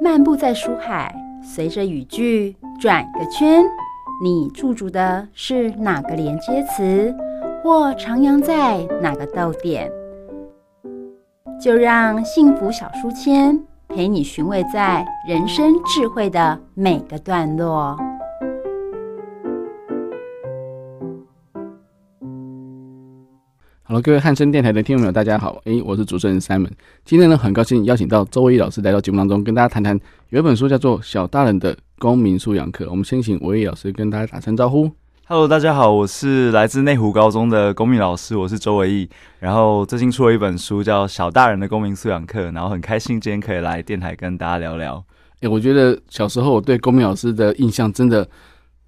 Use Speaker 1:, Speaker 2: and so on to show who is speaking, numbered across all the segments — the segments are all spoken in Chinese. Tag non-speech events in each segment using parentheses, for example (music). Speaker 1: 漫步在书海，随着语句转个圈，你驻足的是哪个连接词，或徜徉在哪个逗点？就让幸福小书签陪你寻味在人生智慧的每个段落。
Speaker 2: 好了，各位汉声电台的听众朋友，大家好，诶，我是主持人 Simon。今天呢，很高兴邀请到周伟毅老师来到节目当中，跟大家谈谈有一本书叫做《小大人的公民素养课》。我们先请伟毅老师跟大家打声招呼。
Speaker 3: Hello，大家好，我是来自内湖高中的公民老师，我是周维义。然后最近出了一本书叫《小大人的公民素养课》，然后很开心今天可以来电台跟大家聊聊。
Speaker 2: 诶，哎我觉得小时候我对公民老师的印象真的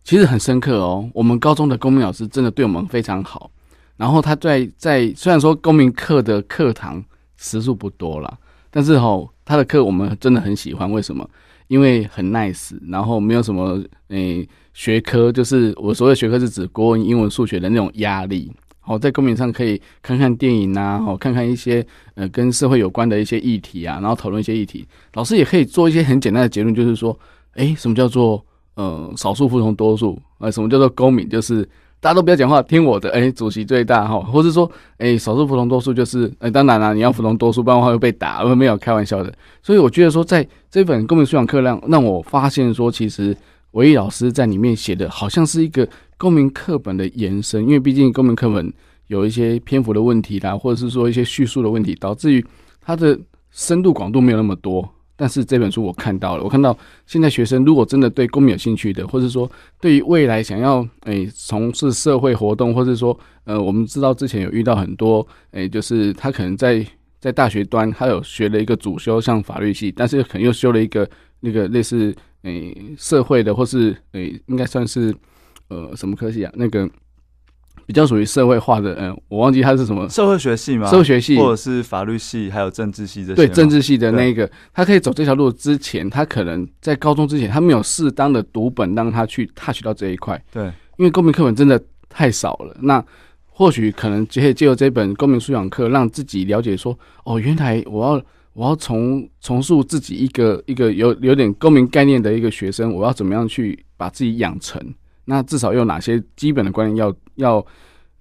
Speaker 2: 其实很深刻哦。我们高中的公民老师真的对我们非常好，然后他在在虽然说公民课的课堂时数不多啦，但是吼、他的课我们真的很喜欢。为什么？因为很 nice，然后没有什么诶、学科，就是我所谓的学科是指国文、英文、数学的那种压力。好、在公民上可以看看电影啊，好、看看一些呃跟社会有关的一些议题啊，然后讨论一些议题。老师也可以做一些很简单的结论，就是说，诶，什么叫做呃少数服从多数？呃，什么叫做公民？就是大家都不要讲话，听我的，诶，主席最大哈，或是说，诶，少数服从多数就是，呃，当然啦、你要服从多数，不然的话会被打，呃没有开玩笑的。所以我觉得说，在这本公民素养课让让我发现说，其实唯一老师在里面写的好像是一个公民课本的延伸，因为毕竟公民课本有一些篇幅的问题啦，或者是说一些叙述的问题，导致于它的深度广度没有那么多。但是这本书我看到了，我看到现在学生如果真的对公民有兴趣的，或者说对于未来想要诶从、事社会活动，或者说呃，我们知道之前有遇到很多诶、就是他可能在在大学端他有学了一个主修，像法律系，但是可能又修了一个那个类似诶、社会的，或是诶、应该算是呃什么科系啊？那个比较属于社会化的，嗯、我忘记它是什么
Speaker 3: 社会学系吗？
Speaker 2: 社会学系，
Speaker 3: 或者是法律系，还有政治系这些
Speaker 2: 对
Speaker 3: 吗。
Speaker 2: 政治系的那一个，他可以走这条路之前，他可能在高中之前，他没有适当的读本让他去 touch 到这一块，
Speaker 3: 对
Speaker 2: 因为公民课本真的太少了。那或许可能可以借由这本公民素养课，让自己了解说，哦，原来我要我要重重塑自己一个一个有有点公民概念的一个学生，我要怎么样去把自己养成？那至少有哪些基本的观念要要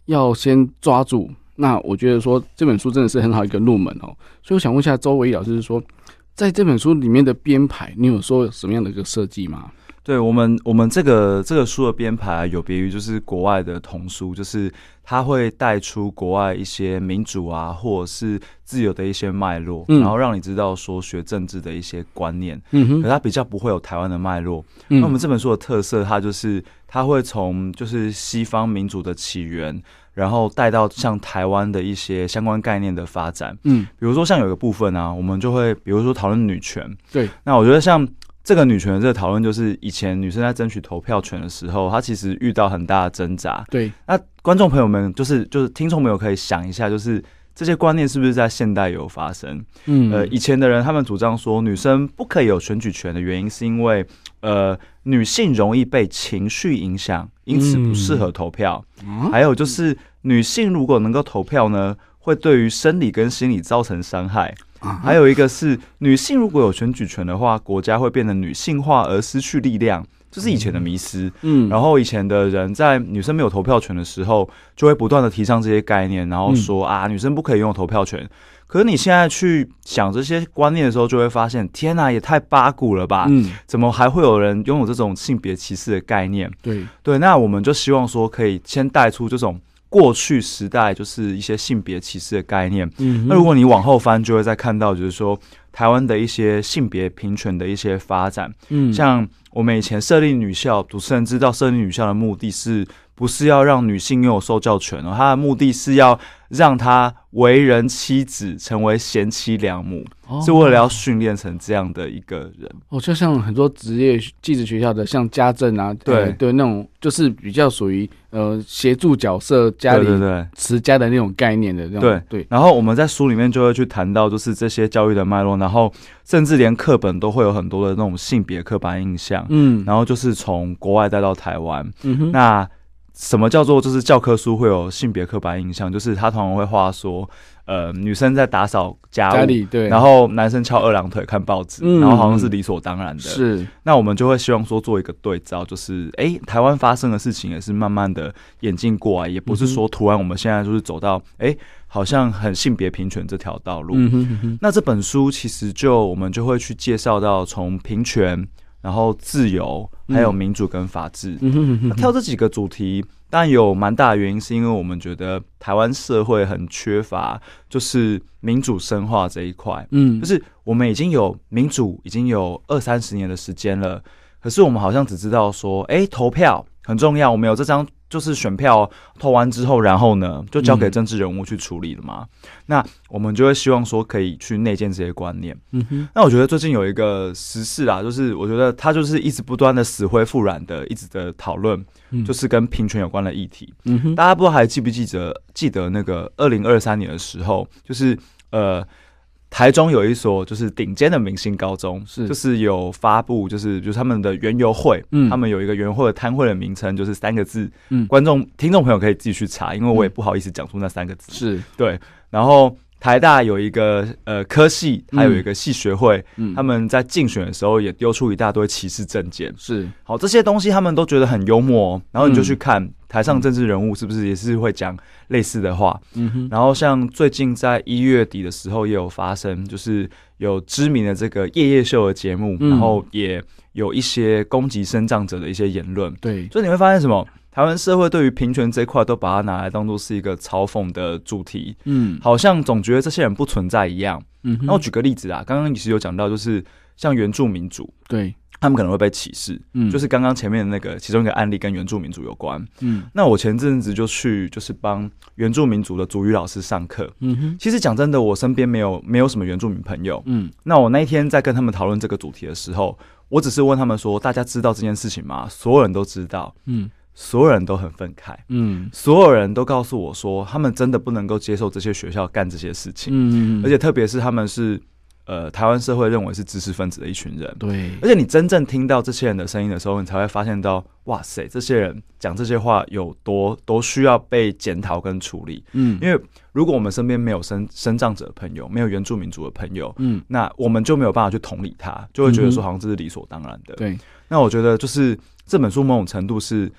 Speaker 2: 要先抓住？那我觉得说这本书真的是很好一个入门哦。所以我想问一下周维老师，是说在这本书里面的编排，你有说有什么样的一个设计吗？
Speaker 3: 对，我们我们这个这个书的编排、啊、有别于就是国外的童书，就是它会带出国外一些民主啊，或者是自由的一些脉络，
Speaker 2: 嗯
Speaker 3: 然后让你知道说学政治的一些观念，
Speaker 2: 嗯哼
Speaker 3: 可它比较不会有台湾的脉络。
Speaker 2: 嗯
Speaker 3: 那我们这本书的特色，它就是它会从就是西方民主的起源，然后带到像台湾的一些相关概念的发展。
Speaker 2: 嗯
Speaker 3: 比如说像有个部分啊，我们就会比如说讨论女权，
Speaker 2: 对，
Speaker 3: 那我觉得像这个女权的这个讨论，就是以前女生在争取投票权的时候，她其实遇到很大的挣扎。
Speaker 2: 对，
Speaker 3: 那观众朋友们，就是就是听众朋友可以想一下，就是这些观念是不是在现代有发生？
Speaker 2: 嗯
Speaker 3: 呃，以前的人他们主张说女生不可以有选举权的原因，是因为呃女性容易被情绪影响，因此不适合投票。
Speaker 2: 啊
Speaker 3: 还有就是女性如果能够投票呢，会对于生理跟心理造成伤害。
Speaker 2: 啊
Speaker 3: 还有一个是女性如果有选举权的话，国家会变得女性化而失去力量，这是以前的迷思。
Speaker 2: 嗯
Speaker 3: 然后以前的人在女生没有投票权的时候，就会不断的提倡这些概念，然
Speaker 2: 嗯
Speaker 3: 后说、啊，女生不可以拥有投票权。可是你现在去想这些观念的时候，就会发现，天哪、也太八股了吧！
Speaker 2: 嗯
Speaker 3: 怎么还会有人拥有这种性别歧视的概念？
Speaker 2: 对，
Speaker 3: 对，那我们就希望说，可以先带出这种过去时代就是一些性别歧视的概念。
Speaker 2: 嗯
Speaker 3: 那如果你往后翻，就会再看到，就是说台湾的一些性别平权的一些发展，
Speaker 2: 嗯
Speaker 3: 像我们以前设立女校，主持人知道设立女校的目的是不是要让女性拥有受教权哦？她的目的是要让她为人妻子，成为贤妻良母，是为了要训练成这样的一个人。
Speaker 2: 哦，就像很多职业技职学校的，像家政啊，
Speaker 3: 对
Speaker 2: 呃对，那种就是比较属于呃协助角色家
Speaker 3: 对对
Speaker 2: 里
Speaker 3: 对。
Speaker 2: 持家的那种概念的那种，
Speaker 3: 对
Speaker 2: 对，
Speaker 3: 然后我们在书里面就会去谈到，就是这些教育的脉络，然后甚至连课本都会有很多的那种性别刻板印象，
Speaker 2: 嗯
Speaker 3: 然后就是从国外带到台湾。
Speaker 2: 嗯哼，
Speaker 3: 那什么叫做就是教科书会有性别刻板印象？就是他通常会画说，呃，女生在打扫家务，
Speaker 2: 家里对，
Speaker 3: 然后男生翘二郎腿看报纸，
Speaker 2: 嗯
Speaker 3: 然后好像是理所当然的。，
Speaker 2: 是
Speaker 3: 那我们就会希望说做一个对照，就是诶，台湾发生的事情也是慢慢的演进过来，也
Speaker 2: 嗯
Speaker 3: 不是说突然我们现在就是走到诶，好像很性别平权这条道路。
Speaker 2: 嗯哼嗯哼，
Speaker 3: 那这本书其实就我们就会去介绍到从平权，然后自由，还有民主跟法治。
Speaker 2: 嗯哼嗯哼，
Speaker 3: 挑这几个主题，当然有蛮大的原因，是因为我们觉得台湾社会很缺乏就是民主深化这一块，
Speaker 2: 嗯，
Speaker 3: 就是我们已经有民主已经有二三十年的时间了，可是我们好像只知道说，哎、投票很重要，我们有这张就是选票投完之后，然后呢就交给
Speaker 2: 嗯
Speaker 3: 政治人物去处理了嘛。那我们就会希望说可以去内建这些观念。
Speaker 2: 嗯哼，
Speaker 3: 那我觉得最近有一个时事啦，就是我觉得它就是一直不断的死灰复燃的，一直的讨论，
Speaker 2: 嗯
Speaker 3: 就是跟平权有关的议题。
Speaker 2: 嗯哼，
Speaker 3: 大家不知道还记不记得记得那个二零二三年的时候，就是呃。台中有一所就是顶尖的明星高中，
Speaker 2: 是
Speaker 3: 就是有发布，就是就是他们的园游会，
Speaker 2: 嗯
Speaker 3: 他们有一个园游会的摊会的名称，就是三个字，
Speaker 2: 嗯
Speaker 3: 观众听众朋友可以自己去查，因为我也不好意思讲出那三个字，
Speaker 2: 是，
Speaker 3: 对，然后台大有一个呃科系，还有一个系学会，
Speaker 2: 嗯，
Speaker 3: 他们在竞选的时候也丢出一大堆歧视证件。
Speaker 2: 是，
Speaker 3: 好，这些东西他们都觉得很幽默、哦，然后你就去看
Speaker 2: 嗯
Speaker 3: 台上政治人物是不是也是会讲类似的话。
Speaker 2: 嗯哼，
Speaker 3: 然后像最近在一月底的时候也有发生，就是有知名的这个夜夜秀的节目，
Speaker 2: 嗯
Speaker 3: 然后也有一些攻击生障者的一些言论。
Speaker 2: 对，
Speaker 3: 所以你会发现什么？台湾社会对于平权这一块都把它拿来当做是一个嘲讽的主题，
Speaker 2: 嗯，
Speaker 3: 好像总觉得这些人不存在一样。
Speaker 2: 嗯哼，
Speaker 3: 那我举个例子啊，刚刚你是有讲到，就是像原住民族，
Speaker 2: 对，
Speaker 3: 他们可能会被歧视，
Speaker 2: 嗯，
Speaker 3: 就是刚刚前面的那个其中一个案例跟原住民族有关。
Speaker 2: 嗯
Speaker 3: 那我前阵子就去就是帮原住民族的族语老师上课。
Speaker 2: 嗯哼，
Speaker 3: 其实讲真的，我身边没有没有什么原住民朋友。
Speaker 2: 嗯
Speaker 3: 那我那一天在跟他们讨论这个主题的时候，我只是问他们说：“大家知道这件事情吗？”所有人都知道，
Speaker 2: 嗯
Speaker 3: 所有人都很愤慨，
Speaker 2: 嗯
Speaker 3: 所有人都告诉我说，他们真的不能够接受这些学校干这些事情。
Speaker 2: 嗯，
Speaker 3: 而且特别是他们是呃台湾社会认为是知识分子的一群人。
Speaker 2: 对，
Speaker 3: 而且你真正听到这些人的声音的时候，你才会发现到，哇塞，这些人讲这些话有多多需要被检讨跟处理。
Speaker 2: 嗯，
Speaker 3: 因为如果我们身边没有生生长者的朋友，没有原住民族的朋友，
Speaker 2: 嗯
Speaker 3: 那我们就没有办法去同理他，就会觉得
Speaker 2: 嗯
Speaker 3: 说
Speaker 2: 哼
Speaker 3: 好像这是理所当然的。
Speaker 2: 对，
Speaker 3: 那我觉得就是这本书某种程度是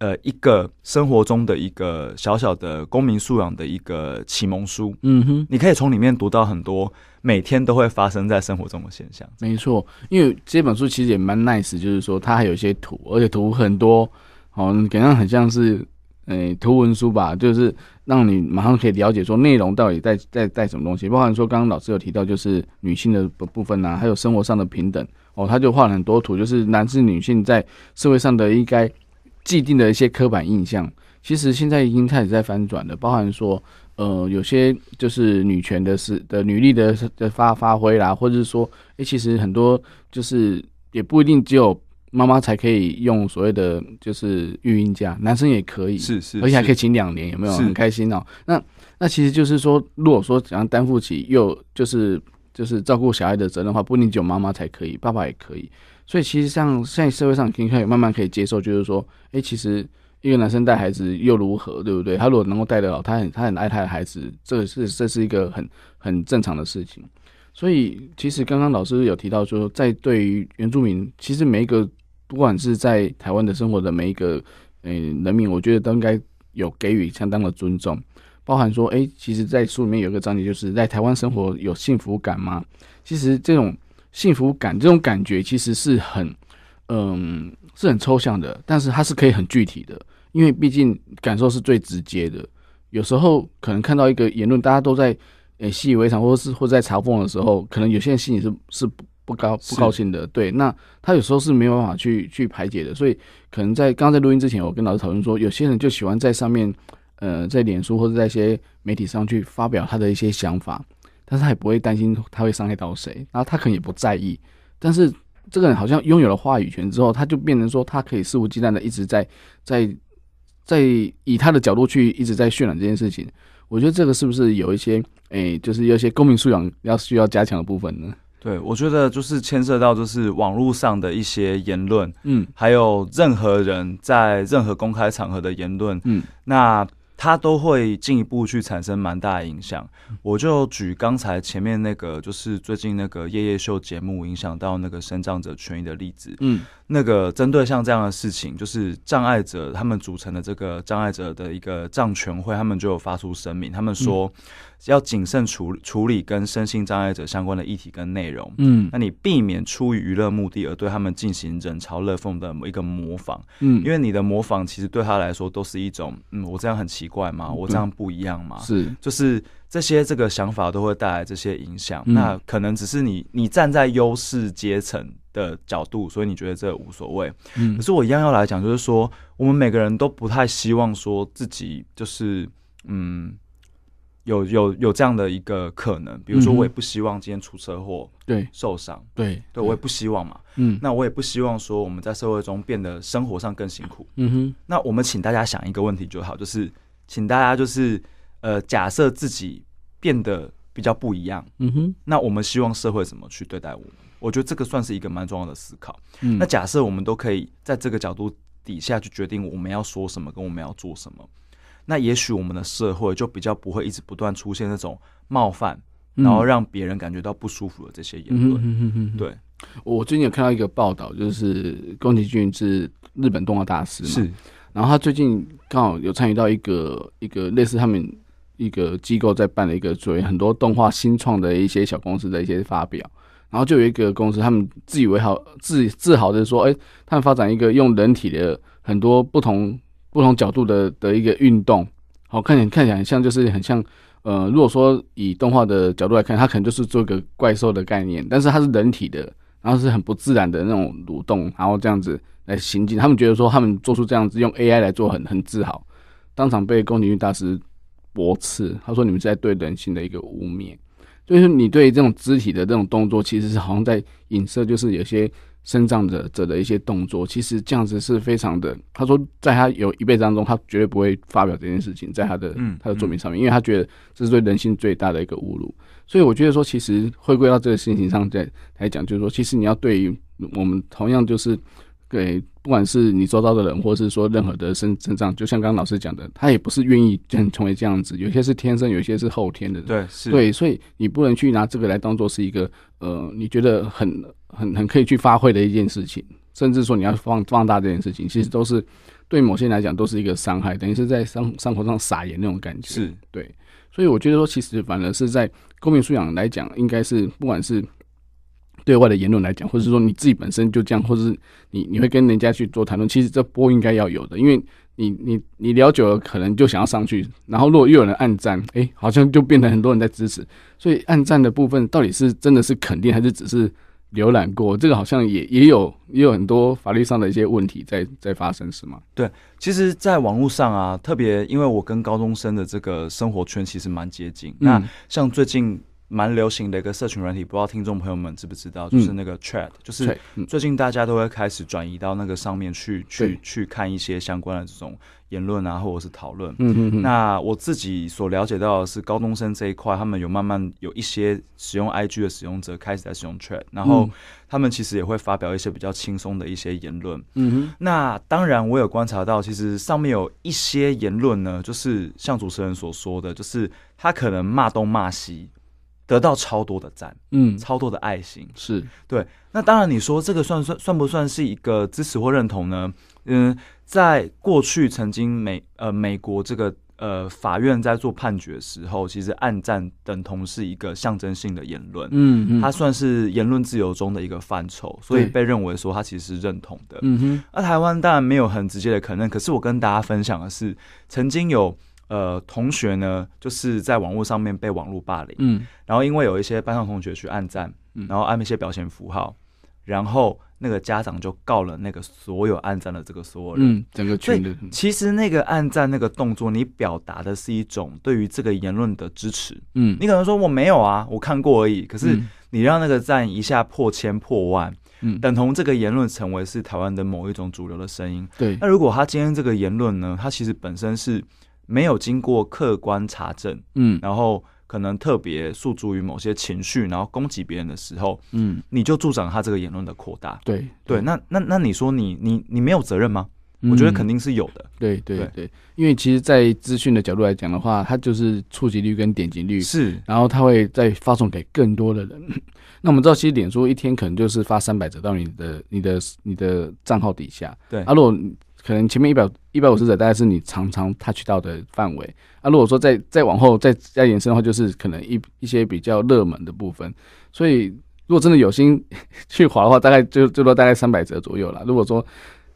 Speaker 3: 呃一个生活中的一个小小的公民素养的一个启蒙书。
Speaker 2: 嗯哼。
Speaker 3: 你可以从里面读到很多每天都会发生在生活中的现象。
Speaker 2: 没错，因为这本书其实也蛮 nice，就是说它还有一些图，而且图很多，哦，你感觉很像是，诶、图文书吧，就是让你马上可以了解说内容到底在在在什么东西，包含说刚刚老师有提到就是女性的部部分啊，还有生活上的平等，哦，他就画了很多图，就是男性女性在社会上的应该既定的一些刻板印象，其实现在已经开始在翻转了，包含说。呃，有些就是女权的是的女力的的发发挥啦，或者是说诶、其实很多就是也不一定只有妈妈才可以用所谓的就是育婴假，男生也可以，
Speaker 3: 是是
Speaker 2: 而且还可以
Speaker 3: 以。
Speaker 2: 请两年，有没有？
Speaker 3: 是
Speaker 2: 很开心哦。那那其实就是说，如果说想要担负起又就是就是照顾小孩的责任的话，不一定只有妈妈才可以，爸爸也可以。所以其实像现在社会上可以开始慢慢可以接受，就是说，哎、其实一个男生带孩子又如何，对不对？他如果能够带得好，他很他很爱他的孩子，这是这是一个很很正常的事情。所以其实刚刚老师有提到说，在对于原住民，其实每一个不管是在台湾的生活的每一个嗯、呃人民，我觉得都应该有给予相当的尊重，包含说，哎、其实，在书里面有一个章节，就是在台湾生活有幸福感吗？其实这种幸福感，这种感觉其实是很，嗯，是很抽象的，但是它是可以很具体的，因为毕竟感受是最直接的。有时候可能看到一个言论，大家都在呃习以为常，或是或者在嘲讽的时候，可能有些人心里是是不不高不
Speaker 3: 是
Speaker 2: 高兴的。对，那他有时候是没有办法去去排解的，所以可能在刚刚在录音之前，我跟老师讨论说，有些人就喜欢在上面，呃，在脸书或者在一些媒体上去发表他的一些想法，但是他也不会担心他会伤害到谁，然后他可能也不在意，但是这个人好像拥有了话语权之后，他就变成说他可以肆无忌惮的一直在在在以他的角度去一直在渲染这件事情。我觉得这个是不是有一些诶、就是有一些公民素养要需要加强的部分呢？
Speaker 3: 对，我觉得就是牵涉到就是网络上的一些言论，
Speaker 2: 嗯
Speaker 3: 还有任何人在任何公开场合的言论，
Speaker 2: 嗯，
Speaker 3: 那它都会进一步去产生蛮大的影响。我就举刚才前面那个，就是最近那个夜夜秀节目影响到那个生障者权益的例子。
Speaker 2: 嗯
Speaker 3: 那个针对像这样的事情，就是障碍者他们组成的这个障碍者的一个障权会，他们就有发出声明，他们说要谨慎处处理跟身心障碍者相关的议题跟内容。
Speaker 2: 嗯
Speaker 3: 那你避免出于娱乐目的而对他们进行人潮热讽的一个模仿，
Speaker 2: 嗯，
Speaker 3: 因为你的模仿其实对他来说都是一种，嗯，我这样很奇怪吗？我这样不一样吗？
Speaker 2: 嗯是
Speaker 3: 就是这些这个想法都会带来这些影响。
Speaker 2: 嗯
Speaker 3: 那可能只是你你站在优势阶层的角度，所以你觉得这无所谓。
Speaker 2: 嗯
Speaker 3: 可是我一样要来讲，就是说我们每个人都不太希望说自己就是嗯。有有有这样的一个可能，比如说
Speaker 2: 嗯哼
Speaker 3: 我也不希望今天出车祸
Speaker 2: 对
Speaker 3: 受伤，
Speaker 2: 对
Speaker 3: 对我也不希望嘛。
Speaker 2: 嗯
Speaker 3: 那我也不希望说我们在社会中变得生活上更辛苦。
Speaker 2: 嗯哼
Speaker 3: 那我们请大家想一个问题就好，就是请大家就是呃，假设自己变得比较不一样，
Speaker 2: 嗯哼
Speaker 3: 那我们希望社会怎么去对待我们？我觉得这个算是一个蛮重要的思考。
Speaker 2: 嗯
Speaker 3: 那假设我们都可以在这个角度底下去决定我们要说什么，跟我们要做什么，那也许我们的社会就比较不会一直不断出现那种冒犯，然后让别人感觉到不舒服的这些言
Speaker 2: 嗯
Speaker 3: 论。
Speaker 2: 嗯嗯嗯，
Speaker 3: 对，
Speaker 2: 我最近有看到一个报道，就是宫崎骏是日本动画大师嘛，
Speaker 3: 是，
Speaker 2: 然后他最近刚好有参与到一个一个类似他们一个机构在办的一个作业，很多动画新创的一些小公司的一些发表，然后就有一个公司，他们自以为好自自豪的说，哎，他们发展一个用人体的很多不同不同角度的的一个运动，好看起来看起来很像就是很像。呃，如果说以动画的角度来看，它可能就是做一个怪兽的概念，但是它是人体的，然后是很不自然的那种蠕动，然后这样子来行进。他们觉得说他们做出这样子用 AI 来做很很自豪，当场被宫崎骏大师驳斥，他说你们是在对人性的一个污蔑，就是你对这种肢体的这种动作，其实是好像在影射，就是有些生长者者的一些动作，其实这样子是非常的。他说在他有一辈子当中，他绝对不会发表这件事情在他的、
Speaker 3: 嗯
Speaker 2: 他的作品上面，因为他觉得这是对人性最大的一个侮辱。所以我觉得说，其实回归到这个事情上再来讲，就是说，其实你要对于我们同样就是对，不管是你周遭的人，或是说任何的身身上，就像刚刚老师讲的，他也不是愿意成成为这样子，有些是天生，有些是后天的。
Speaker 3: 对，是，
Speaker 2: 对，所以你不能去拿这个来当做是一个呃，你觉得很很很可以去发挥的一件事情，甚至说你要放放大这件事情，其实都是对某些人来讲都是一个伤害，等于是在伤伤口上撒盐那种感觉。
Speaker 3: 是，
Speaker 2: 对，所以我觉得说，其实反而是在公民素养来讲，应该是不管是对外的言论来讲，或者是说你自己本身就这样，或者是你你会跟人家去做谈论，其实这波应该要有的，因为你你你聊久了，可能就想要上去，然后如果又有人暗赞，哎、好像就变得很多人在支持，所以暗赞的部分到底是真的是肯定，还是只是？浏览过这个好像也也有也有很多法律上的一些问题在在发生，是吗？
Speaker 3: 其实，在网络上啊，特别因为我跟高中生的这个生活圈其实蛮接近。那
Speaker 2: 嗯
Speaker 3: 像最近蛮流行的一个社群软体，不知道听众朋友们知不知道，就是那个嗯 Chat，、就是
Speaker 2: 对，嗯
Speaker 3: 最近大家都会开始转移到那个上面去，去
Speaker 2: 对
Speaker 3: 去看一些相关的这种言论啊，或者是讨论。
Speaker 2: 嗯嗯嗯，
Speaker 3: 那我自己所了解到的是，高中生这一块，他们有慢慢有一些使用 IG 的使用者开始在使用 Chat，然后
Speaker 2: 嗯
Speaker 3: 他们其实也会发表一些比较轻松的一些言论。
Speaker 2: 嗯哼，
Speaker 3: 那当然，我有观察到，其实上面有一些言论呢，就是像主持人所说的，就是他可能骂东骂西，得到超多的赞，
Speaker 2: 嗯，
Speaker 3: 超多的爱心。
Speaker 2: 是，
Speaker 3: 那当然，你说这个算算算不算是一个支持或认同呢？嗯，在过去曾经美呃美国这个呃法院在做判决的时候，其实暗战等同是一个象征性的言论，
Speaker 2: 嗯嗯，
Speaker 3: 它算是言论自由中的一个范畴，所以
Speaker 2: 对
Speaker 3: 被认为说它其实是认同的。
Speaker 2: 嗯哼，
Speaker 3: 那、台湾当然没有很直接的肯认，可是我跟大家分享的是，曾经有呃同学呢，就是在网络上面被网络霸凌，
Speaker 2: 嗯
Speaker 3: 然后因为有一些班上同学去暗赞，
Speaker 2: 嗯
Speaker 3: 然后按一些表情符号，然后那个家长就告了那个所有暗赞的这个所有人。
Speaker 2: 嗯，整个
Speaker 3: 所
Speaker 2: 群的
Speaker 3: 以，其实那个暗赞那个动作，你表达的是一种对于这个言论的支持。
Speaker 2: 嗯，
Speaker 3: 你可能说我没有啊，我看过而已。可是
Speaker 2: 嗯
Speaker 3: 你让那个赞一下破千破万，
Speaker 2: 嗯
Speaker 3: 等同这个言论成为是台湾的某一种主流的声音。
Speaker 2: 对
Speaker 3: 那，如果他今天这个言论呢，他其实本身是没有经过客观查证，
Speaker 2: 嗯
Speaker 3: 然后可能特别诉诸于某些情绪，然后攻击别人的时候，
Speaker 2: 嗯，
Speaker 3: 你就助长他这个言论的扩大。
Speaker 2: 对
Speaker 3: 对，那那那你说你你你没有责任吗？我觉得肯
Speaker 2: 定。
Speaker 3: 定是有的，
Speaker 2: 嗯对对
Speaker 3: 对
Speaker 2: 对，因为其实，在资讯的角度来讲的话，它就是触及率跟点击率，
Speaker 3: 是
Speaker 2: 然后它会再发送给更多的人。 (laughs) 那我们知道，其实脸书一天可能就是发三百折到你的、你的、你的账号底下。
Speaker 3: 对
Speaker 2: 啊，如果你可能前面一百一百五十折大概是你常常 touch 到的范围。啊，如果说再再往后再再延伸的话，就是可能一一些比较热门的部分。所以，如果真的有心去滑的话，大概就最多大概三百折左右啦。如果说，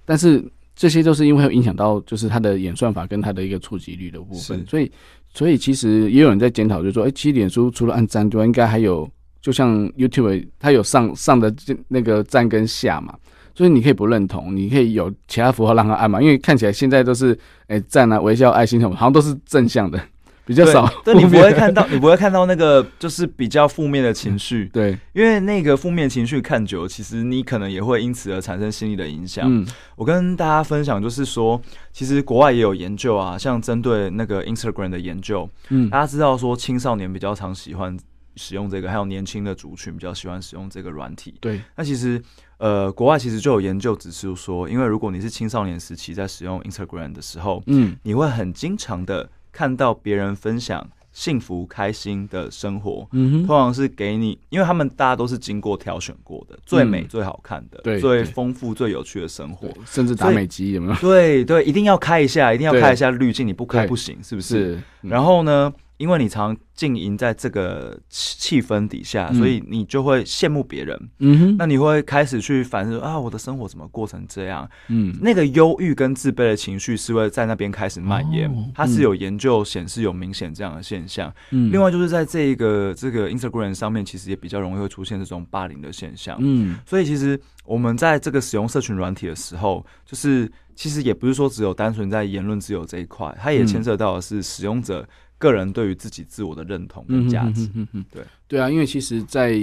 Speaker 2: 但是这些都是因为会影响到就是它的演算法跟它的一个触及率的部分，
Speaker 3: 是
Speaker 2: 所以所以其实也有人在检讨，就是说，哎、其实脸书除了按赞之外，应该还有就像 YouTube 它有上上的这那个赞跟下嘛。所以你可以不认同，你可以有其他符号让它按嘛，因为看起来现在都是哎赞、啊、微笑、爱心什么，好像都是正向
Speaker 3: (laughs)
Speaker 2: 的，比较
Speaker 3: 对
Speaker 2: 少
Speaker 3: 对，你不会
Speaker 2: (laughs)
Speaker 3: 看到，你不会看到那个就是比较负面的情绪，
Speaker 2: 对，
Speaker 3: 因为那个负面情绪看久了，其实你可能也会因此而产生心理的影响。
Speaker 2: 嗯
Speaker 3: 我跟大家分享，就是说，其实国外也有研究啊，像针对那个 Instagram 的研究，
Speaker 2: 嗯
Speaker 3: 大家知道说青少年比较常喜欢使用这个，还有年轻的族群比较喜欢使用这个软体。
Speaker 2: 对，
Speaker 3: 那其实，呃，国外其实就有研究指出说，因为如果你是青少年时期在使用 Instagram 的时候，
Speaker 2: 嗯
Speaker 3: 你会很经常的看到别人分享幸福开心的生活，
Speaker 2: 嗯
Speaker 3: 通
Speaker 2: 哼，
Speaker 3: 常是给你，因为他们大家都是经过挑选过的，最美、
Speaker 2: 嗯
Speaker 3: 最好看的、
Speaker 2: 对
Speaker 3: 最
Speaker 2: 对
Speaker 3: 丰富、最有趣的生活
Speaker 2: 对。甚至打
Speaker 3: 所以
Speaker 2: 美肌有没 (laughs) 有？
Speaker 3: 对对，一定要开一下，一定要
Speaker 2: 对
Speaker 3: 开一下滤镜，你不开
Speaker 2: 对
Speaker 3: 不行，是不是？
Speaker 2: 是，嗯
Speaker 3: 然后呢，因为你常浸淫在这个气气氛底下，
Speaker 2: 嗯
Speaker 3: 所以你就会羡慕别人，
Speaker 2: 嗯哼，
Speaker 3: 那你会开始去反思啊，我的生活怎么过成这样？
Speaker 2: 嗯
Speaker 3: 那个忧郁跟自卑的情绪是会在那边开始蔓延，
Speaker 2: 哦
Speaker 3: 它是
Speaker 2: 嗯
Speaker 3: 有研究显示有明显这样的现象。
Speaker 2: 嗯，
Speaker 3: 另外就是在这一个这个 Instagram 上面，其实也比较容易会出现这种霸凌的现象。
Speaker 2: 嗯
Speaker 3: 所以其实我们在这个使用社群软体的时候，就是其实也不是说只有单纯在言论自由这一块，它也
Speaker 2: 嗯
Speaker 3: 牵涉到的是使用者个人对于自己自我的认同
Speaker 2: 嗯
Speaker 3: 跟价值。
Speaker 2: 嗯嗯嗯，
Speaker 3: 对
Speaker 2: 对啊，因为其实在，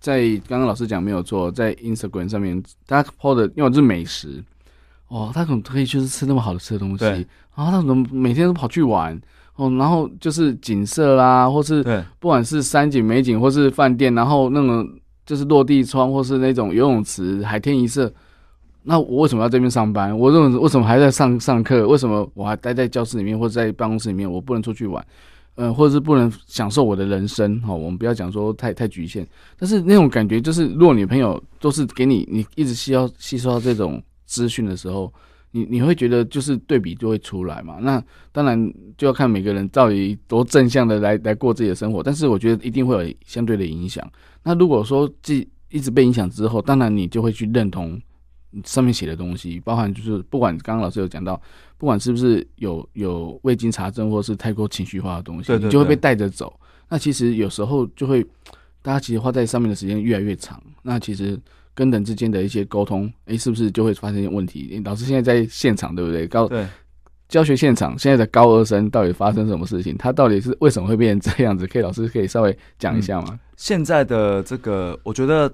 Speaker 2: 在刚刚老师讲没有错，在 Instagram 上面，大家 PO 的，因为我是美食，哦，他怎么可以就是吃那么好的吃的东西，
Speaker 3: 对
Speaker 2: 然后他怎么每天都跑去玩，哦，然后就是景色啦，或是
Speaker 3: 对
Speaker 2: 不管是山景、美景，或是饭店，然后那种就是落地窗，或是那种游泳池、海天一色。那我为什么要这边上班？我为什么为什么还在上上课？为什么我还待在教室里面或者在办公室里面？我不能出去玩，呃，或者是不能享受我的人生？哈、我们不要讲说太太局限，但是那种感觉就是，如果你朋友都是给你，你一直吸收吸收到这种资讯的时候，你你会觉得就是对比就会出来嘛。那当然就要看每个人到底多正向的来来过自己的生活，但是我觉得一定会有相对的影响。那如果说既一直被影响之后，当然你就会去认同上面写的东西，包含就是不管刚刚老师有讲到，不管是不是有有未经查证或是太过情绪化的东西，
Speaker 3: 对对
Speaker 2: 你就会
Speaker 3: 对
Speaker 2: 被带着走。那其实有时候就会，大家其实花在上面的时间越来越长，那其实跟人之间的一些沟通，诶，是不是就会发生问题？诶老师现在在现场，对不对？告
Speaker 3: 对
Speaker 2: 教学现场现在的高二生到底发生什么事情？他到底是为什么会变成这样子？可以老师可以稍微讲一下吗？
Speaker 3: 现在的这个，我觉得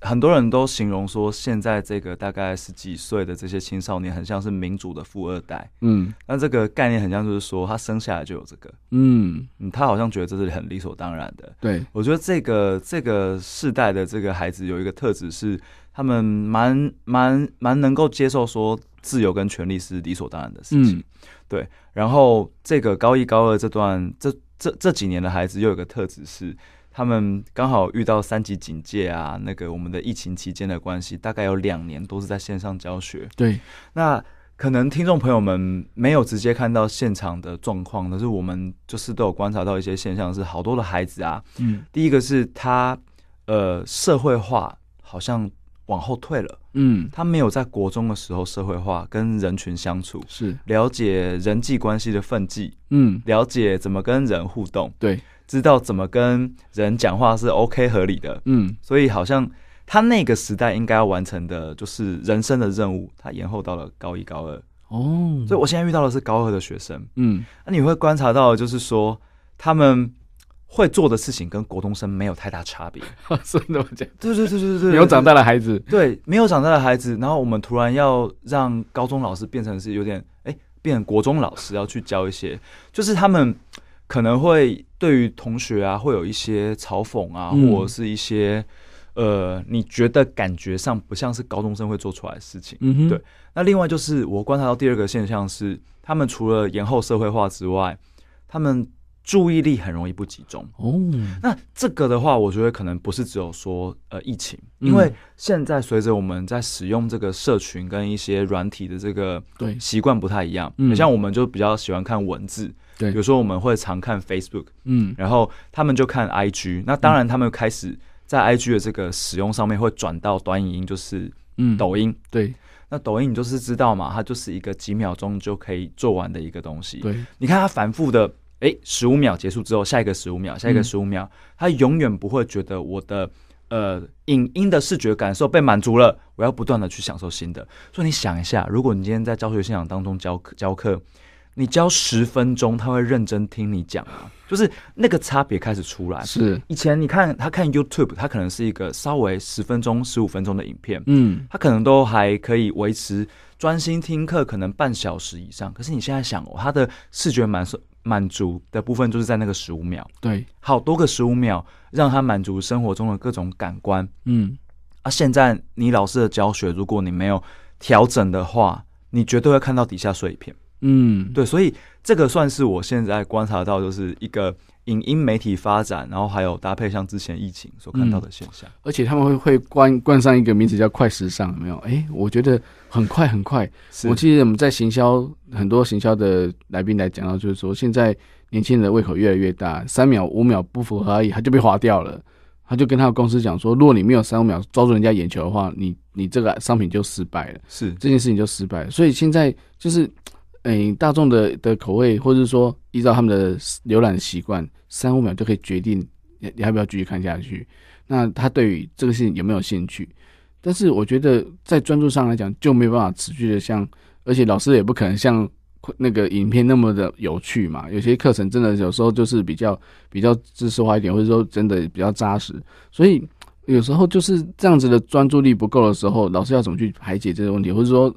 Speaker 3: 很多人都形容说，现在这个大概十几岁的这些青少年，很像是民主的富二代。
Speaker 2: 嗯
Speaker 3: 那这个概念很像就是说，他生下来就有这个，
Speaker 2: 嗯，
Speaker 3: 嗯，他好像觉得这是很理所当然的。
Speaker 2: 对，
Speaker 3: 我觉得这个这个世代的这个孩子有一个特质是，他们蛮蛮蛮能够接受说自由跟权利是理所当然的事情。
Speaker 2: 嗯
Speaker 3: 然后这个高一高二这段这这这几年的孩子又有个特质是，他们刚好遇到三级警戒啊，那个我们的疫情期间的关系，大概有两年都是在线上教学。
Speaker 2: 对，
Speaker 3: 那可能听众朋友们没有直接看到现场的状况，但是我们就是都有观察到一些现象，是好多的孩子啊，
Speaker 2: 嗯
Speaker 3: 第一个是他呃社会化好像往后退了，
Speaker 2: 嗯
Speaker 3: 他没有在国中的时候社会化跟人群相处，
Speaker 2: 是，
Speaker 3: 了解人际关系的分际，
Speaker 2: 嗯
Speaker 3: 了解怎么跟人互动，
Speaker 2: 对，
Speaker 3: 知道怎么跟人讲话是 OK 合理的，
Speaker 2: 嗯
Speaker 3: 所以好像他那个时代应该要完成的就是人生的任务，他延后到了高一高二，
Speaker 2: 哦，
Speaker 3: 所以我现在遇到的是高二的学生，
Speaker 2: (laughs) 嗯
Speaker 3: 那你会观察到的就是说他们。会做的事情跟国中生没有太大差别，
Speaker 2: 是这么讲，
Speaker 3: 对对对对对，
Speaker 2: (laughs) 没有长大的孩子，
Speaker 3: 对，没有长大的孩子，然后我们突然要让高中老师变成是有点，哎、变成国中老师要去教一些，就是他们可能会对于同学啊，会有一些嘲讽啊，
Speaker 2: 嗯
Speaker 3: 或者是一些呃，你觉得感觉上不像是高中生会做出来的事情。
Speaker 2: 嗯哼，
Speaker 3: 对那另外就是我观察到第二个现象是，他们除了延后社会化之外，他们注意力很容易不集中。
Speaker 2: 哦，
Speaker 3: 那这个的话，我觉得可能不是只有说呃疫情，
Speaker 2: 嗯
Speaker 3: 因为现在随着我们在使用这个社群跟一些软体的这个
Speaker 2: 对
Speaker 3: 习惯不太一样，
Speaker 2: 嗯
Speaker 3: 像我们就比较喜欢看文字，
Speaker 2: 对
Speaker 3: 比如说我们会常看 Facebook，
Speaker 2: 嗯，
Speaker 3: 然后他们就看 IG，那当然他们开始在 IG 的这个使用上面会转到短影音，就是
Speaker 2: 嗯，
Speaker 3: 抖音。
Speaker 2: 对
Speaker 3: 那抖音你就是知道嘛，它就是一个几秒钟就可以做完的一个东西。
Speaker 2: 对，
Speaker 3: 你看它反复的，哎，十五秒结束之后，下一个十五秒，下一个
Speaker 2: 嗯
Speaker 3: 十五秒，它永远不会觉得我的呃影音的视觉感受被满足了，我要不断的去享受新的。所以你想一下，如果你今天在教学现场当中教课教课，你教十分钟，他会认真听你讲吗？就是那个差别开始出来。
Speaker 2: 啊是，
Speaker 3: 以前你看他看 YouTube，他可能是一个稍微十分钟、十五分钟的影片，
Speaker 2: 嗯，
Speaker 3: 他可能都还可以维持专心听课，可能半小时以上。可是你现在想哦，他的视觉满足满足的部分就是在那个十五秒，
Speaker 2: 对，
Speaker 3: 好多个十五秒让他满足生活中的各种感官。
Speaker 2: 嗯，
Speaker 3: 啊，现在你老师的教学，如果你没有调整的话，你绝对会看到底下碎片。
Speaker 2: 嗯，
Speaker 3: 对，所以这个算是我现在观察到， (laughs) 就是一个影音媒体发展，然后还有搭配像之前疫情所看
Speaker 2: 嗯
Speaker 3: 到的现象。
Speaker 2: 而且他们会会冠冠上一个名词叫“快时尚”，有没有？哎、我觉得很快很快。
Speaker 3: 是
Speaker 2: 我记得我们在行销很多行销的来宾来讲到，就是说现在年轻人的胃口越来越大，三秒五秒不符合而已，他就被划掉了。他就跟他的公司讲说，如果你没有三五秒抓住人家眼球的话，你你这个商品就失败了，
Speaker 3: 是
Speaker 2: 这件事情就失败了。所以现在就是，诶、大众的的口味，或者是说依照他们的浏览习惯，三五秒就可以决定你你要不要继续看下去。那他对于这个事情有没有兴趣？但是我觉得在专注上来讲，就没有办法持续的像，而且老师也不可能像那个影片那么的有趣嘛。有些课程真的有时候就是比较比较知识化一点，或者说真的比较扎实，所以有时候就是这样子的专注力不够的时候，老师要怎么去排解这个问题，或者说。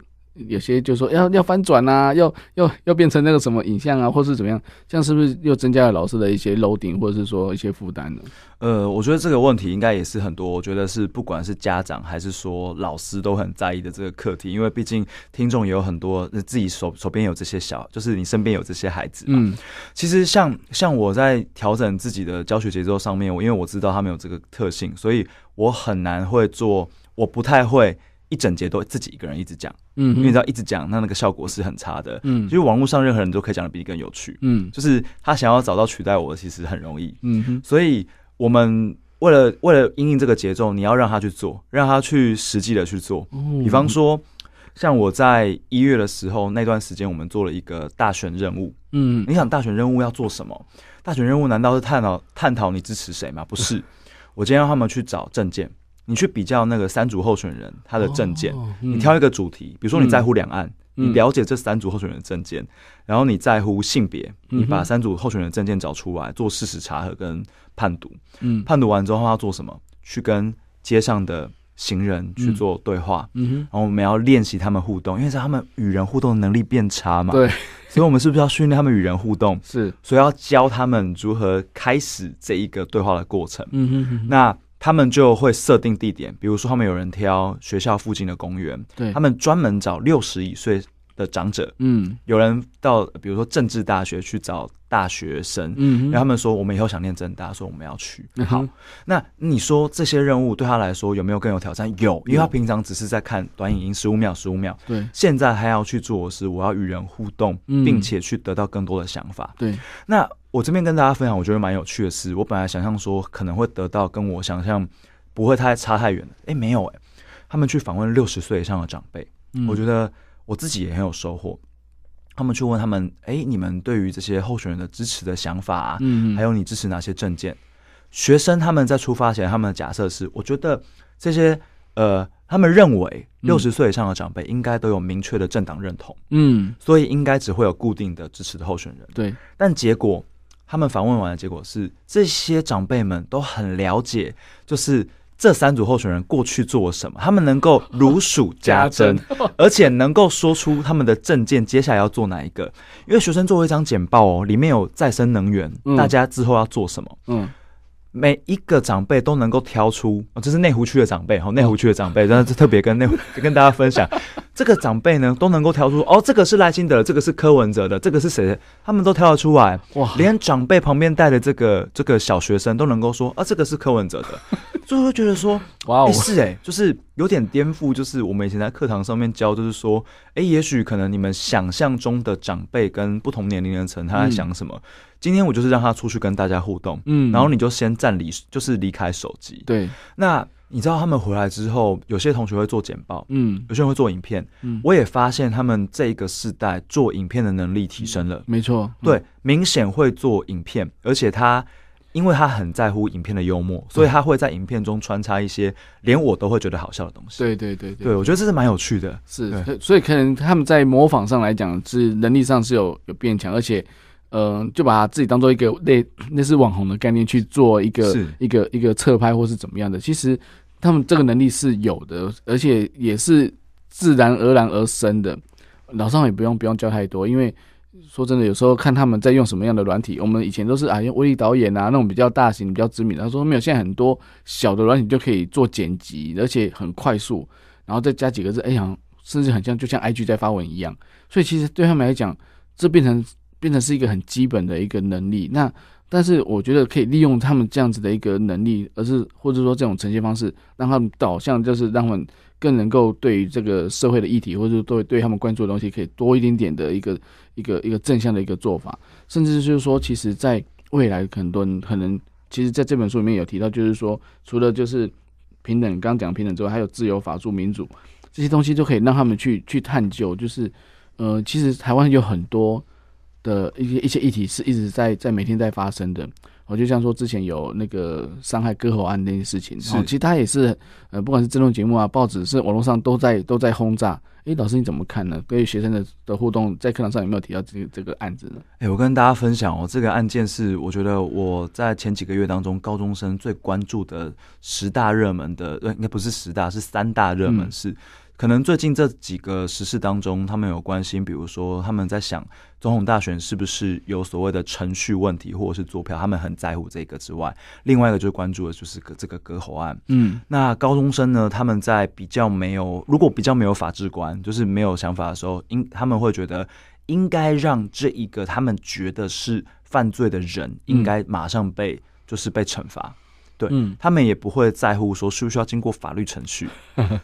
Speaker 2: 有些就说要要翻转啊，要要要变成那个什么影像啊，或是怎么样，这样是不是又增加了老师的一些 loading，或者是说一些负担呢？
Speaker 3: 呃，我觉得这个问题应该也是很多，我觉得是不管是家长还是说老师都很在意的这个课题，因为毕竟听众也有很多呃自己手手边有这些小，就是你身边有这些孩子嘛。
Speaker 2: 嗯，
Speaker 3: 其实像像我在调整自己的教学节奏上面，我因为我知道他们有这个特性，所以我很难会做，我不太会一整节都自己一个人一直讲，
Speaker 2: 嗯哼，
Speaker 3: 因为你知道一直讲，那那个效果是很差的。
Speaker 2: 嗯
Speaker 3: 其实网络上任何人都可以讲的比你更有趣，
Speaker 2: 嗯
Speaker 3: 就是他想要找到取代我，其实很容易。
Speaker 2: 嗯哼，
Speaker 3: 所以我们为了为了因应这个节奏，你要让他去做，让他去实际的去做。
Speaker 2: 哦
Speaker 3: 比方说，像我在一月的时候那段时间，我们做了一个大选任务。
Speaker 2: 嗯
Speaker 3: 你想大选任务要做什么？大选任务难道是探讨探讨你支持谁吗？不是，我今天让他们去找证件，你去比较那个三组候选人他的证件。
Speaker 2: 哦
Speaker 3: 你挑一个主题，比如说你在乎两岸，
Speaker 2: 嗯
Speaker 3: 你了解这三组候选人的证件，然后你在乎性别，
Speaker 2: 嗯哼
Speaker 3: 你把三组候选人的证件找出来做事实查核跟判读。
Speaker 2: 嗯
Speaker 3: 判读完之后要做什么？去跟街上的行人去做对话，
Speaker 2: 嗯
Speaker 3: 然后我们要练习他们互动，因为是他们与人互动的能力变差嘛
Speaker 2: 哼，，对，
Speaker 3: (laughs) 所以我们是不是要训练他们与人互动？
Speaker 2: 是，
Speaker 3: 所以要教他们如何开始这一个对话的过程。
Speaker 2: 嗯哼哼，
Speaker 3: 那他们就会设定地点，比如说他们有人挑学校附近的公园，
Speaker 2: 对
Speaker 3: 他们专门找六十以岁的长者，
Speaker 2: 嗯
Speaker 3: 有人到比如说政治大学去找大学生，
Speaker 2: 嗯
Speaker 3: 然后
Speaker 2: 哼，
Speaker 3: 他们说我们以后想念政大，说我们要去。
Speaker 2: 嗯
Speaker 3: 好
Speaker 2: 哼，
Speaker 3: 那你说这些任务对他来说有没有更有挑战？有，因为他平常只是在看短影音十五秒、十五秒，
Speaker 2: 对
Speaker 3: 现在还要去做的是我要与人互动，
Speaker 2: 嗯
Speaker 3: 并且去得到更多的想法。
Speaker 2: 对，
Speaker 3: 那我这边跟大家分享，我觉得蛮有趣的是，我本来想象说可能会得到跟我想象不会太差太远的，诶，没有诶，他们去访问六十岁以上的长辈，我觉
Speaker 2: 得
Speaker 3: 得我自己也很有收获。他们去问他们，诶，你们对于这些候选人的支持的想法啊，
Speaker 2: 嗯
Speaker 3: 还有你支持哪些证件？学生他们在出发前，他们的假设是，我觉得这些呃，他们认为
Speaker 2: 嗯
Speaker 3: 六十岁以上的长辈应该都有明确的政党认同，
Speaker 2: 嗯
Speaker 3: 所以应该只会有固定的支持的候选人。
Speaker 2: 对
Speaker 3: 但结果他们访问完的结果是，这些长辈们都很了解，就是这三组候选人过去做了什么，他们能够如数 (laughs) 家珍，而且能够说出他们的证件接下来要做哪一个。因为学生做过一张简报哦，里面有再生能源，
Speaker 2: 嗯
Speaker 3: 大家之后要做什么。
Speaker 2: 嗯，
Speaker 3: 每一个长辈都能够挑出，哦、这是内湖区的长辈，哦，内湖区的长辈，真的是特别跟内湖 (laughs) 跟大家分享，这个长辈呢都能够挑出，哦，这个是赖清德的，这个是柯文哲的，这个是谁的，他们都挑得出来，
Speaker 2: 哇，
Speaker 3: 连长辈旁边带的这个这个小学生都能够说，啊，这个是柯
Speaker 2: (laughs)
Speaker 3: 文哲的，所以会觉得说，
Speaker 2: 哇哦
Speaker 3: 诶，是哎、就是有点颠覆，就是我们以前在课堂上面教，就是说，哎、也许可能你们想象中的长辈跟不同年龄的层他在想什么，今天我就是让他出去跟大家互动，
Speaker 2: 嗯
Speaker 3: 然后你就先暂离，就是离开手机。
Speaker 2: 对，
Speaker 3: 那你知道他们回来之后，有些同学会做简报，
Speaker 2: 嗯，
Speaker 3: 有些人会做影片，
Speaker 2: 嗯
Speaker 3: 我也发现他们这一个世代做影片的能力提升了。
Speaker 2: 没错，
Speaker 3: 对，明显会做影片，而且他因为他很在乎影片的幽默，所以他会在影片中穿插一些连我都会觉得好笑的东西。
Speaker 2: 对对对
Speaker 3: 对，，我觉得这是蛮有趣的。
Speaker 2: 是，
Speaker 3: 对
Speaker 2: 所以所以可能他们在模仿上来讲是能力上是有有变强，而且，呃，就把自己当做一个类类似网红的概念去做一个
Speaker 3: 是
Speaker 2: 一个一个侧拍或是怎么样的，其实他们这个能力是有的，而且也是自然而然而生的。老上也不用不用教太多，因为说真的，有时候看他们在用什么样的软体，我们以前都是啊用威力导演啊那种比较大型、比较知名的，他说没有，现在很多小的软体就可以做剪辑，而且很快速，然后再加几个字，哎、呀，甚至很像就像 IG 在发文一样，所以其实对他们来讲，这变成变成是一个很基本的一个能力。那但是我觉得可以利用他们这样子的一个能力，而是或者说这种呈现方式，让他们导向就是让他们更能够对于这个社会的议题，或者说对对他们关注的东西，可以多一点点的一个一个一个正向的一个做法，甚至就是说，其实在未来很多人可能，其实在这本书里面有提到，就是说，除了就是平等，刚刚讲平等之外，还有自由、法治、民主这些东西，都可以让他们去去探究，就是呃，其实台湾有很多的一些一些议题是一直在在每天在发生的。我就像说，之前有那个伤害割喉案那件事情，
Speaker 3: 是
Speaker 2: 哦，其实它也是呃，不管是政论节目啊、报纸，是网络上都在都在轰炸。诶，老师你怎么看呢？对于学生的的互动，在课堂上有没有提到这个这个案子呢？
Speaker 3: 哎、我跟大家分享哦，这个案件是我觉得我在前几个月当中高中生最关注的十大热门的，呃，应该不是十大，是三大热门
Speaker 2: 嗯
Speaker 3: 事。可能最近这几个时事当中，他们有关心，比如说他们在想总统大选是不是有所谓的程序问题，或者是坐票，他们很在乎这个之外，另外一个就是关注的就是个这个割喉案。
Speaker 2: 嗯，
Speaker 3: 那高中生呢，他们在比较没有，如果比较没有法治观，就是没有想法的时候，应他们会觉得应该让这一个他们觉得是犯罪的人，应该马上被、就是被惩罚。对、
Speaker 2: 嗯
Speaker 3: 他们也不会在乎说需不需要经过法律程序，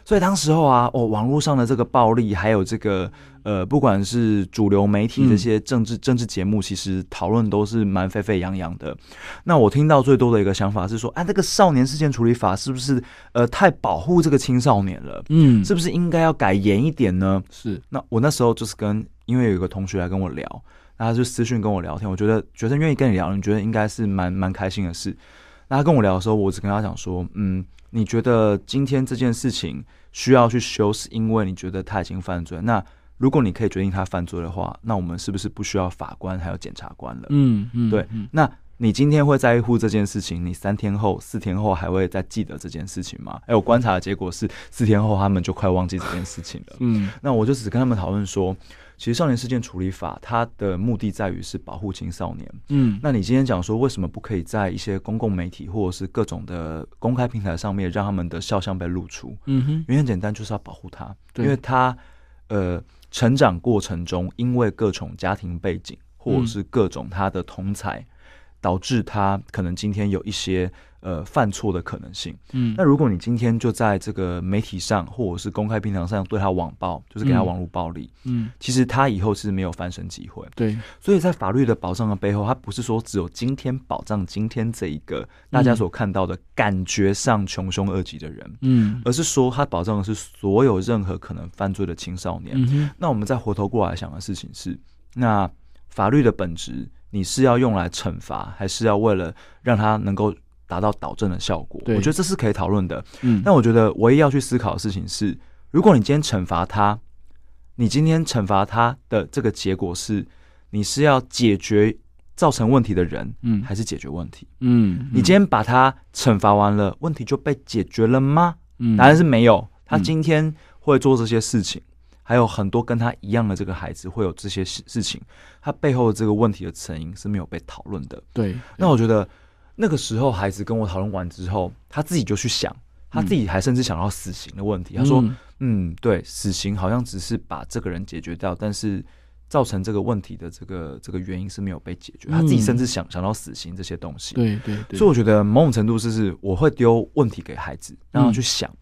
Speaker 3: 所以当时候啊，哦，网络上的这个暴力，还有这个呃，不管是主流媒体这些政治、政治节目，其实讨论都是蛮沸沸扬扬的。那我听到最多的一个想法是说，啊，这个少年事件处理法是不是呃太保护这个青少年了？
Speaker 2: 嗯
Speaker 3: 是不是应该要改严一点呢？
Speaker 2: 是
Speaker 3: 那我那时候就是跟，因为有一个同学来跟我聊，那他就私讯跟我聊天，我觉得学生愿意跟你聊，你觉得应该是蛮蛮开心的事。那他跟我聊的时候，我只跟他讲说，嗯，你觉得今天这件事情需要去修，是因为你觉得他已经犯罪。那如果你可以决定他犯罪的话，那我们是不是不需要法官还有检察官了？
Speaker 2: 嗯嗯
Speaker 3: 对
Speaker 2: 嗯
Speaker 3: 那你今天会在乎这件事情，你三天后、四天后还会再记得这件事情吗？哎、我观察的结果是，四天后他们就快忘记这件事情了。
Speaker 2: 嗯
Speaker 3: 那我就只跟他们讨论说，其实少年事件处理法它的目的在于是保护青少年。
Speaker 2: 嗯
Speaker 3: 那你今天讲说，为什么不可以在一些公共媒体或者是各种的公开平台上面让他们的肖像被露出？
Speaker 2: 嗯哼
Speaker 3: 原因很简单，就是要保护他，
Speaker 2: 对
Speaker 3: 因为他呃成长过程中，因为各种家庭背景或者是各种他的同才，导致他可能今天有一些呃犯错的可能性。
Speaker 2: 嗯
Speaker 3: 那如果你今天就在这个媒体上或者是公开平台上对他网暴，就是给他
Speaker 2: 嗯
Speaker 3: 网络暴力，
Speaker 2: 嗯
Speaker 3: 其实他以后是没有翻身机会。
Speaker 2: 对
Speaker 3: 所以在法律的保障的背后，它不是说只有今天保障今天这一个大家所看到的感觉上穷凶恶极的人，
Speaker 2: 嗯
Speaker 3: 而是说它保障的是所有任何可能犯罪的青少年。
Speaker 2: 嗯哼
Speaker 3: 那我们再回头过来想的事情是，那法律的本质，你是要用来惩罚，还是要为了让它能够达到导正的效果？
Speaker 2: 对
Speaker 3: 我觉得这是可以讨论的。
Speaker 2: 嗯
Speaker 3: 但我觉得唯一要去思考的事情是，如果你今天惩罚他，你今天惩罚他的这个结果是，你是要解决造成问题的人，
Speaker 2: 嗯
Speaker 3: 还是解决问题？
Speaker 2: 嗯，
Speaker 3: 你今天把他惩罚完了，问题就被解决了吗？
Speaker 2: 嗯
Speaker 3: 答案是没有。他今天会做这些事情，还有很多跟他一样的这个孩子会有这些事事情，他背后的这个问题的成因是没有被讨论的。
Speaker 2: 对，
Speaker 3: 那我觉得那个时候孩子跟我讨论完之后，他自己就去想，他自己还甚至想到死刑的问题。他说
Speaker 2: 嗯：“
Speaker 3: 嗯，对，死刑好像只是把这个人解决掉，但是造成这个问题的这个这个原因是没有被解决。”他自己
Speaker 2: 嗯
Speaker 3: 甚至想想到死刑这些东西。
Speaker 2: 对对对，
Speaker 3: 所以我觉得某种程度是是我会丢问题给孩子，让他去
Speaker 2: 嗯
Speaker 3: 想，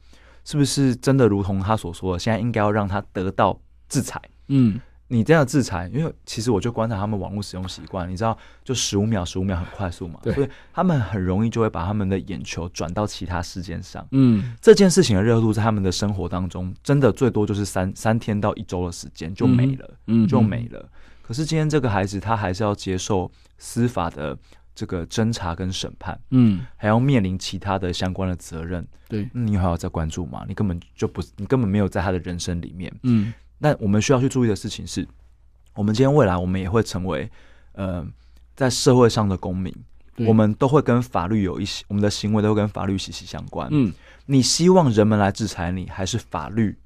Speaker 3: 是不是真的如同他所说的，现在应该要让他得到制裁。
Speaker 2: 嗯
Speaker 3: 你这样的制裁，因为其实我就观察他们网络使用习惯，你知道，就十五秒、十五秒很快速嘛，
Speaker 2: 对
Speaker 3: 所以他们很容易就会把他们的眼球转到其他事件上。
Speaker 2: 嗯
Speaker 3: 这件事情的热度在他们的生活当中，真的最多就是三三天到一周的时间就没了。
Speaker 2: 嗯
Speaker 3: 就没了。可是今天这个孩子，他还是要接受司法的这个侦查跟审判，
Speaker 2: 嗯，
Speaker 3: 还要面临其他的相关的责任。
Speaker 2: 对，
Speaker 3: 嗯你还要在关注吗？你根本就不，你根本没有在他的人生里面。
Speaker 2: 嗯
Speaker 3: 那我们需要去注意的事情是，我们今天未来我们也会成为，呃，在社会上的公民，
Speaker 2: 对
Speaker 3: 我们都会跟法律有一些，我们的行为都会跟法律息息相关。
Speaker 2: 嗯，
Speaker 3: 你希望人们来制裁你，还是法律
Speaker 2: 嗯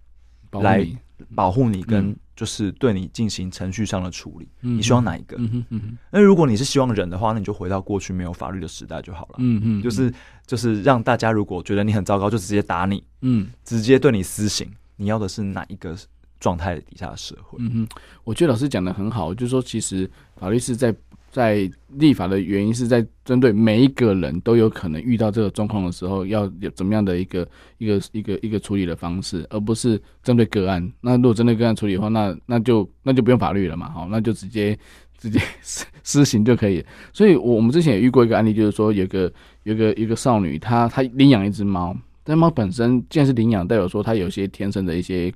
Speaker 2: 保护
Speaker 3: 来
Speaker 2: 你
Speaker 3: 保护你，跟
Speaker 2: 嗯
Speaker 3: 就是对你进行程序上的处理？
Speaker 2: 嗯
Speaker 3: 你希望哪一个？
Speaker 2: 嗯哼嗯哼
Speaker 3: 那如果你是希望忍的话，那你就回到过去没有法律的时代就好了。
Speaker 2: 嗯嗯，
Speaker 3: 就是就是让大家如果觉得你很糟糕，就直接打你，
Speaker 2: 嗯
Speaker 3: 直接对你私刑。你要的是哪一个状态底下的社会？
Speaker 2: 嗯哼，我觉得老师讲的很好，就是说其实法律是在在立法的原因是在针对每一个人都有可能遇到这个状况的时候，要有怎么样的一个一个一个一个处理的方式，而不是针对个案。那如果针对个案处理的话，那那就那就不用法律了嘛，好，那就直接直接施施行就可以了。所以，我我们之前也遇过一个案例，就是说有一个有一个有一个少女，她她领养一只猫，但猫本身既然是领养，代表说它有些天生的一些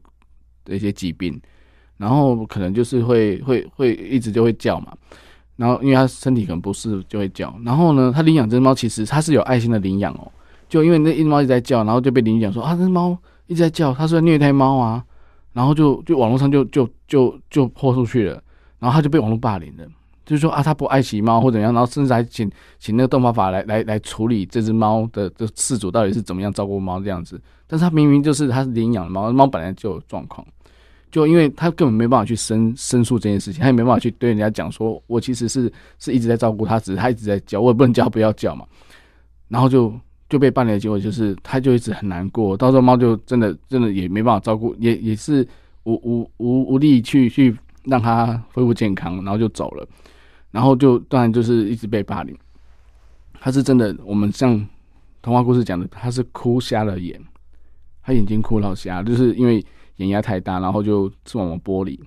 Speaker 2: 的一些疾病，然后可能就是会会会一直就会叫嘛。然后因为它身体可能不适就会叫，然后呢，它领养这只猫其实它是有爱心的领养哦，就因为那一只猫一直在叫，然后就被领养说啊，那只猫一直在叫，它是在虐待猫啊，然后就就网络上就就就就泼出去了，然后它就被网络霸凌了，就是说啊，它不爱惜猫或怎样，然后甚至还请请那个动保法来来来处理这只猫的的饲主到底是怎么样照顾猫这样子，但是它明明就是它是领养的猫，猫本来就有状况。就因为他根本没办法去申申诉这件事情，他也没办法去对人家讲说，我其实是是一直在照顾他，只是他一直在叫，我也不能叫他不要叫嘛。然后就就被办理的结果就是，他就一直很难过，到时候猫就真的真的也没办法照顾，也也是无无无无力去去让它恢复健康，然后就走了。然后就当然就是一直被霸凌，他是真的，我们像童话故事讲的，他是哭瞎了眼，他眼睛哭到瞎，就是因为眼压太大，然后就视网膜剥离，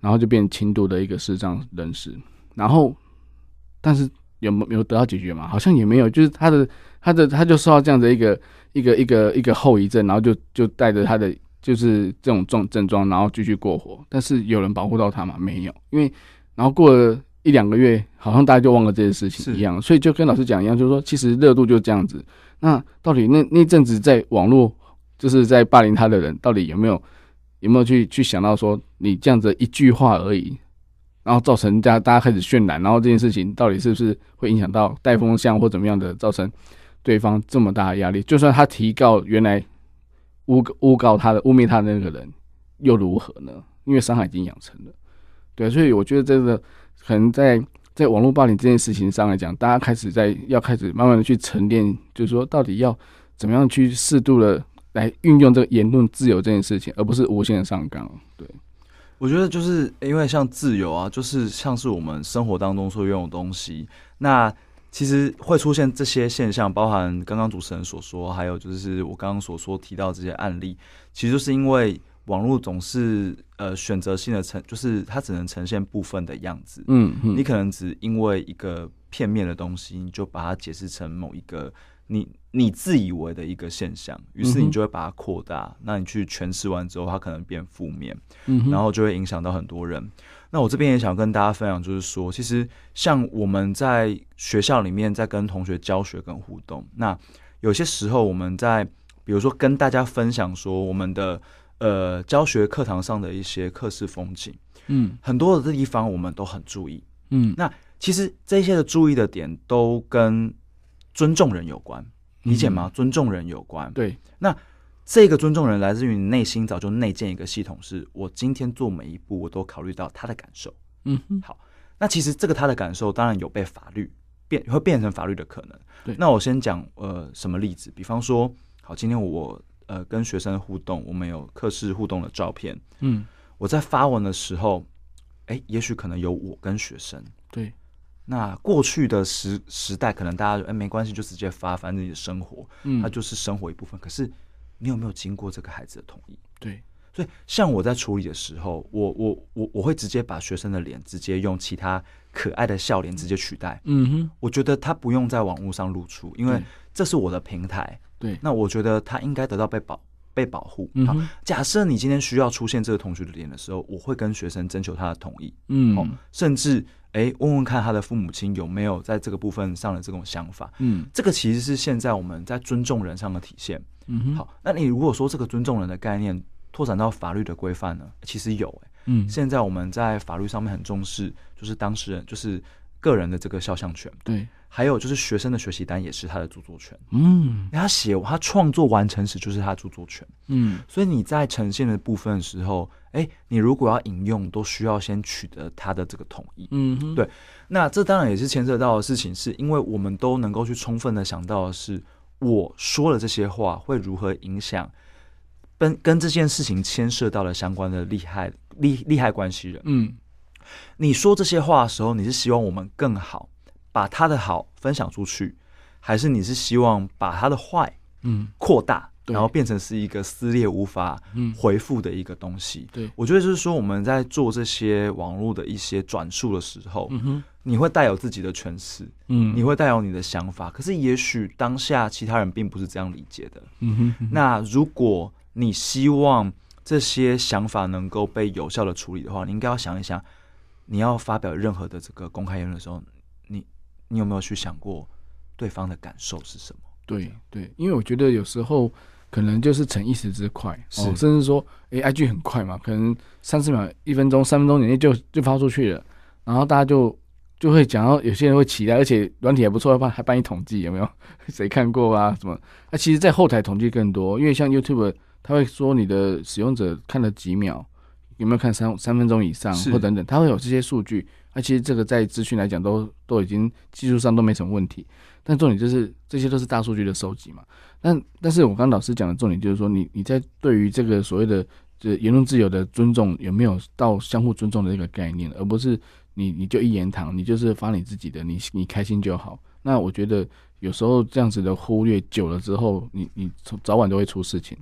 Speaker 2: 然后就变轻度的一个视障人士。然后，但是有没有得到解决嘛？好像也没有，就是他的他的他就受到这样的一个一个一个一个后遗症，然后就就带着他的就是这种状症状，然后继续过活。但是有人保护到他吗？没有，因为然后过了一两个月，好像大家就忘了这件事情
Speaker 3: 是
Speaker 2: 一样。所以就跟老师讲一样，就是说其实热度就这样子。那到底那那阵子在网络就是在霸凌他的人，到底有没有有没有去去想到说你这样子一句话而已，然后造成大家大家开始渲染，然后这件事情到底是不是会影响到带风向或怎么样的，造成对方这么大的压力？就算他提告，原来诬诬告他的污蔑他的那个人又如何呢？因为伤害已经养成了，对，所以我觉得这个可能在在网络霸凌这件事情上来讲，大家开始在要开始慢慢的去沉淀，就是说到底要怎么样去适度的来运用这个言论自由这件事情，而不是无限的上纲。对，
Speaker 3: 我觉得就是因为像自由啊，就是像是我们生活当中所拥有的东西，那其实会出现这些现象，包含刚刚主持人所说，还有就是我刚刚所说提到这些案例，其实就是因为网络总是呃选择性的呈，就是它只能呈现部分的样子，
Speaker 2: 嗯嗯，
Speaker 3: 你可能只因为一个片面的东西，你就把它解释成某一个你你自以为的一个现象，于是
Speaker 2: 嗯
Speaker 3: 你
Speaker 2: 哼
Speaker 3: 就会把它扩大。那你去诠释完之后，它可能变负面，
Speaker 2: 嗯哼
Speaker 3: 然后就会影响到很多人。那我这边也想跟大家分享，就是说，其实像我们在学校里面在跟同学教学跟互动，那有些时候我们在比如说跟大家分享说我们的呃教学课堂上的一些课室风景，
Speaker 2: 嗯
Speaker 3: 很多的地方我们都很注意。
Speaker 2: 嗯
Speaker 3: 那其实这些的注意的点都跟尊重人有关，理解吗？尊重人有关。
Speaker 2: 嗯对，
Speaker 3: 这个尊重人来自于你内心早就内建一个系统是，我今天做每一步我都考虑到他的感受。
Speaker 2: 嗯哼，
Speaker 3: 那其实这个他的感受当然有被法律变会变成法律的可能。
Speaker 2: 对
Speaker 3: 那我先讲呃什么例子，比方说，好，今天我呃跟学生互动，我们有课室互动的照片，
Speaker 2: 嗯，
Speaker 3: 我在发文的时候，哎、也许可能有我跟学生。
Speaker 2: 对，
Speaker 3: 那过去的时时代，可能大家就哎、没关系，就直接发，反正你的生活，
Speaker 2: 嗯
Speaker 3: 它，就是生活一部分。可是你有没有经过这个孩子的同意？
Speaker 2: 对，
Speaker 3: 所以，像我在处理的时候，我我我我会直接把学生的脸直接用其他可爱的笑脸直接取代。
Speaker 2: 嗯哼，
Speaker 3: 我觉得他不用在网络上露出，因为
Speaker 2: 对
Speaker 3: 这是我的平台。
Speaker 2: 对，
Speaker 3: 那我觉得他应该得到被保被保护。
Speaker 2: 嗯
Speaker 3: 好
Speaker 2: 哼，
Speaker 3: 假设你今天需要出现这个同学的脸的时候，我会跟学生征求他的同意，哦
Speaker 2: 嗯，
Speaker 3: 甚至诶问问看他的父母亲有没有在这个部分上的这种想法。
Speaker 2: 嗯，
Speaker 3: 这个其实是现在我们在尊重人上的体现。
Speaker 2: 嗯哼，，
Speaker 3: 好，那你如果说这个尊重人的概念拓展到法律的规范呢？其实有、欸，
Speaker 2: 嗯，
Speaker 3: 现在我们在法律上面很重视，就是当事人就是个人的这个肖像权，
Speaker 2: 对，
Speaker 3: 还有就是学生的学习单也是他的著作权，
Speaker 2: 嗯
Speaker 3: 他写他创作完成时就是他的著作权，
Speaker 2: 嗯，
Speaker 3: 所以你在呈现的部分的时候，哎、你如果要引用，都需要先取得他的这个同意。
Speaker 2: 嗯哼，
Speaker 3: 对那这当然也是牵涉到的事情，是因为我们都能够去充分的想到的是，我说了这些话会如何影响跟跟这件事情牵涉到了相关的利害利利害关系人。
Speaker 2: 嗯，
Speaker 3: 你说这些话的时候，你是希望我们更好，把他的好分享出去，还是你是希望把他的坏
Speaker 2: 嗯，
Speaker 3: 扩大，
Speaker 2: 对
Speaker 3: 然后变成是一个撕裂无法
Speaker 2: 嗯
Speaker 3: 回复的一个东西？
Speaker 2: 对
Speaker 3: 我觉得就是说我们在做这些网络的一些转述的时候，
Speaker 2: 嗯哼，
Speaker 3: 你会带有自己的诠释，
Speaker 2: 嗯，
Speaker 3: 你，会带有你的想法，可是也许当下其他人并不是这样理解的。
Speaker 2: 嗯哼，
Speaker 3: 那如果你希望这些想法能够被有效的处理的话，你应该要想一想，你要发表任何的这个公开言论的时候，你你有没有去想过对方的感受是什么？
Speaker 2: 对对，因为我觉得有时候可能就是逞一时之快，
Speaker 3: 是
Speaker 2: 哦、甚至说，哎、i g 很快嘛，可能三十秒、一分钟、三分钟以内就就发出去了，然后大家就就会讲到，有些人会期待，而且软体还不错，还办还办一统计，有没有？ (laughs) 谁看过啊？什么？那、其实，在后台统计更多，因为像 YouTube，它会说你的使用者看了几秒，有没有看三三分钟以上，
Speaker 3: 是
Speaker 2: 或等等，它会有这些数据。那、其实这个在资讯来讲都都已经技术上都没什么问题，但重点就是这些都是大数据的收集嘛。但但是我刚刚老师讲的重点就是说，你你在对于这个所谓的这言论自由的尊重有没有到相互尊重的这个概念，而不是你你就一言堂，你就是发你自己的，你你开心就好。那我觉得有时候这样子的忽略久了之后，你你早晚都会出事情。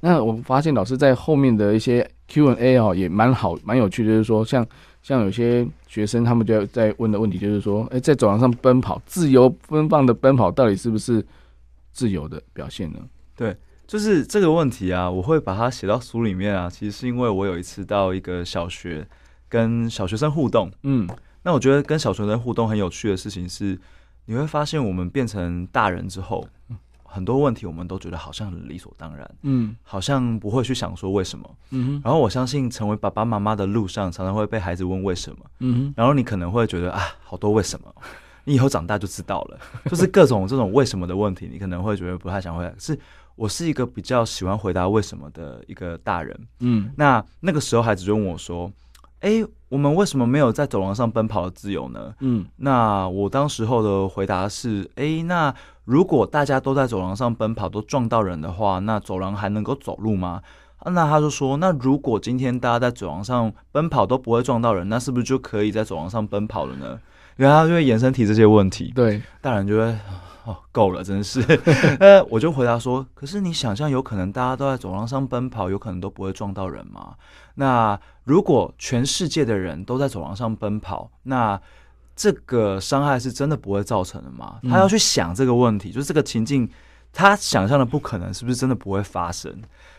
Speaker 2: 那我发现老师在后面的一些 Q&A 哦，也蛮好，蛮有趣的，就是说像像有些学生他们就在问的问题，就是说，哎、在走廊上奔跑，自由奔放的奔跑，到底是不是自由的表现呢？
Speaker 3: 就是这个问题啊，我会把它写到书里面啊。其实是因为我有一次到一个小学跟小学生互动，
Speaker 2: 嗯，
Speaker 3: 那我觉得跟小学生互动很有趣的事情是，你会发现我们变成大人之后，很多问题我们都觉得好像很理所当然，
Speaker 2: 嗯
Speaker 3: 好像不会去想说为什么。
Speaker 2: 嗯哼，
Speaker 3: 然后我相信成为爸爸妈妈的路上，常常会被孩子问为什么，
Speaker 2: 嗯
Speaker 3: 然后你可能会觉得啊，好多为什么。你以后长大就知道了，就是各种这种为什么的问题，你可能会觉得不太想回答。是我是一个比较喜欢回答为什么的一个大人，
Speaker 2: 哼，嗯
Speaker 3: 那那个时候孩子就问我说：“哎、我们为什么没有在走廊上奔跑的自由呢
Speaker 2: 嗯？”
Speaker 3: 那我当时候的回答是：“哎、那如果大家都在走廊上奔跑，都撞到人的话，那走廊还能够走路吗？”啊那他就说：“那如果今天大家在走廊上奔跑都不会撞到人，那是不是就可以在走廊上奔跑了呢？”然后他就会延伸提这些问题。
Speaker 2: 对，
Speaker 3: 大人就会哦够了，真是。呃，我就回答说，可是你想象有可能大家都在走廊上奔跑，有可能都不会撞到人吗？那如果全世界的人都在走廊上奔跑，那这个伤害是真的不会造成的吗？
Speaker 2: 嗯
Speaker 3: 他要去想这个问题，就是这个情境，他想象的不可能是不是真的不会发生？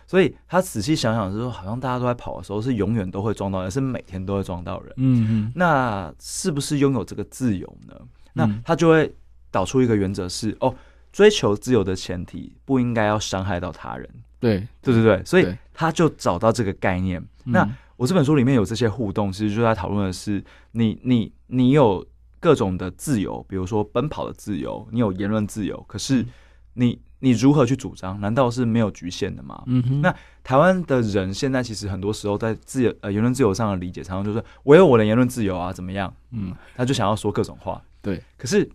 Speaker 3: 所以他仔细想想，就是好像大家都在跑的时候是永远都会撞到人，是每天都会撞到人。
Speaker 2: 嗯嗯
Speaker 3: 那是不是拥有这个自由呢？那
Speaker 2: 嗯
Speaker 3: 他就会导出一个原则是：哦，追求自由的前提不应该要伤害到他人，
Speaker 2: 对，
Speaker 3: 对对对，所以
Speaker 2: 嗯对
Speaker 3: 他就找到这个概念。那
Speaker 2: 嗯
Speaker 3: 我这本书里面有这些互动，其实就在讨论的是你你你有各种的自由，比如说奔跑的自由，你有言论自由，可
Speaker 2: 嗯
Speaker 3: 是你你如何去主张？难道是没有局限的吗？
Speaker 2: 嗯哼，
Speaker 3: 那台湾的人现在其实很多时候在自由呃言论自由上的理解，常常就是我有我的言论自由啊，怎么样？
Speaker 2: 嗯，
Speaker 3: 他就想要说各种话。
Speaker 2: 对，
Speaker 3: 可是，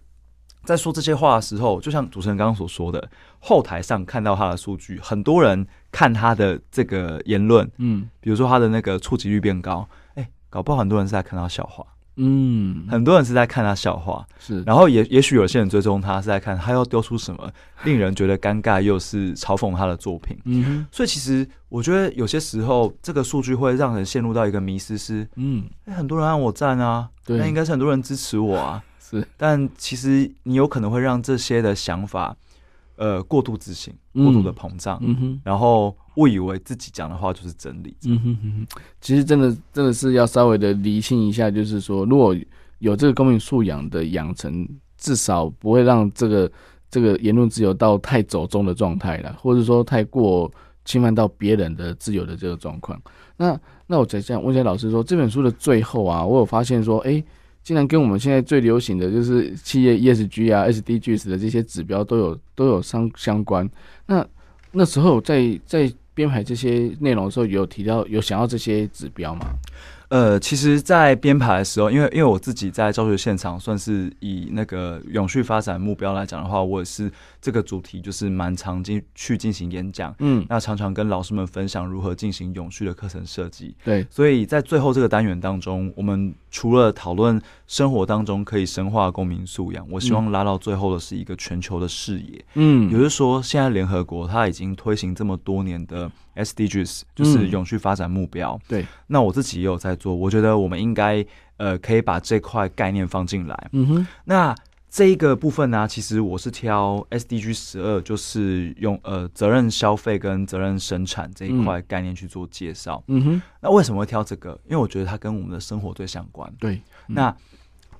Speaker 3: 在说这些话的时候，就像主持人刚刚所说的，后台上看到他的数据，很多人看他的这个言论，
Speaker 2: 嗯
Speaker 3: 比如说他的那个触及率变高，哎、搞不好很多人是在看他笑话，
Speaker 2: 嗯，
Speaker 3: 很多人是在看他笑话，
Speaker 2: 是，
Speaker 3: 然后也也许有些人追踪他是在看他要丢出什么令人觉得尴尬又是嘲讽他的作品。
Speaker 2: 嗯哼，
Speaker 3: 所以其实我觉得有些时候，这个数据会让人陷入到一个迷失，是、
Speaker 2: 嗯，
Speaker 3: 哎，很多人按我赞啊，
Speaker 2: 对
Speaker 3: 那应该是很多人支持我啊。
Speaker 2: 是，
Speaker 3: 但其实你有可能会让这些的想法，呃，过度自信、
Speaker 2: 嗯
Speaker 3: 过度的膨胀，
Speaker 2: 嗯哼。
Speaker 3: 然后误以为自己讲的话就是真理。
Speaker 2: 嗯哼哼哼，其实真的真的是要稍微的厘清一下，就是说，如果有这个公民素养的养成，至少不会让这个这个言论自由到太走中的状态了，或者说太过侵犯到别人的自由的这个状况。那那我再想问一下老师说，这本书的最后啊，我有发现说，诶，竟然跟我们现在最流行的就是企业 ESG 啊、SDGs 的这些指标都有都有相相关。那那时候在在编排这些内容的时候，有提到有想要这些指标吗？
Speaker 3: 呃，其实，在编排的时候，因为因为我自己在教学现场，算是以那个永续发展目标来讲的话，我也是这个主题就是蛮常进去进行演讲。
Speaker 2: 嗯，
Speaker 3: 那常常跟老师们分享如何进行永续的课程设计。
Speaker 2: 对，
Speaker 3: 所以在最后这个单元当中，我们除了讨论生活当中可以深化公民素养，我希望拉到最后的是一个全球的视野，
Speaker 2: 嗯
Speaker 3: 也就是说，现在联合国它已经推行这么多年的 SDGs，就是永续发展目标。
Speaker 2: 对，
Speaker 3: 那我自己也有在做，我觉得我们应该呃可以把这块概念放进来。
Speaker 2: 嗯哼，
Speaker 3: 那这一个部分呢、其实我是挑 SDG 十二，就是用呃责任消费跟责任生产这一块概念去做介绍。
Speaker 2: 嗯哼，
Speaker 3: 那为什么会挑这个？因为我觉得它跟我们的生活最相关。
Speaker 2: 对，嗯
Speaker 3: 那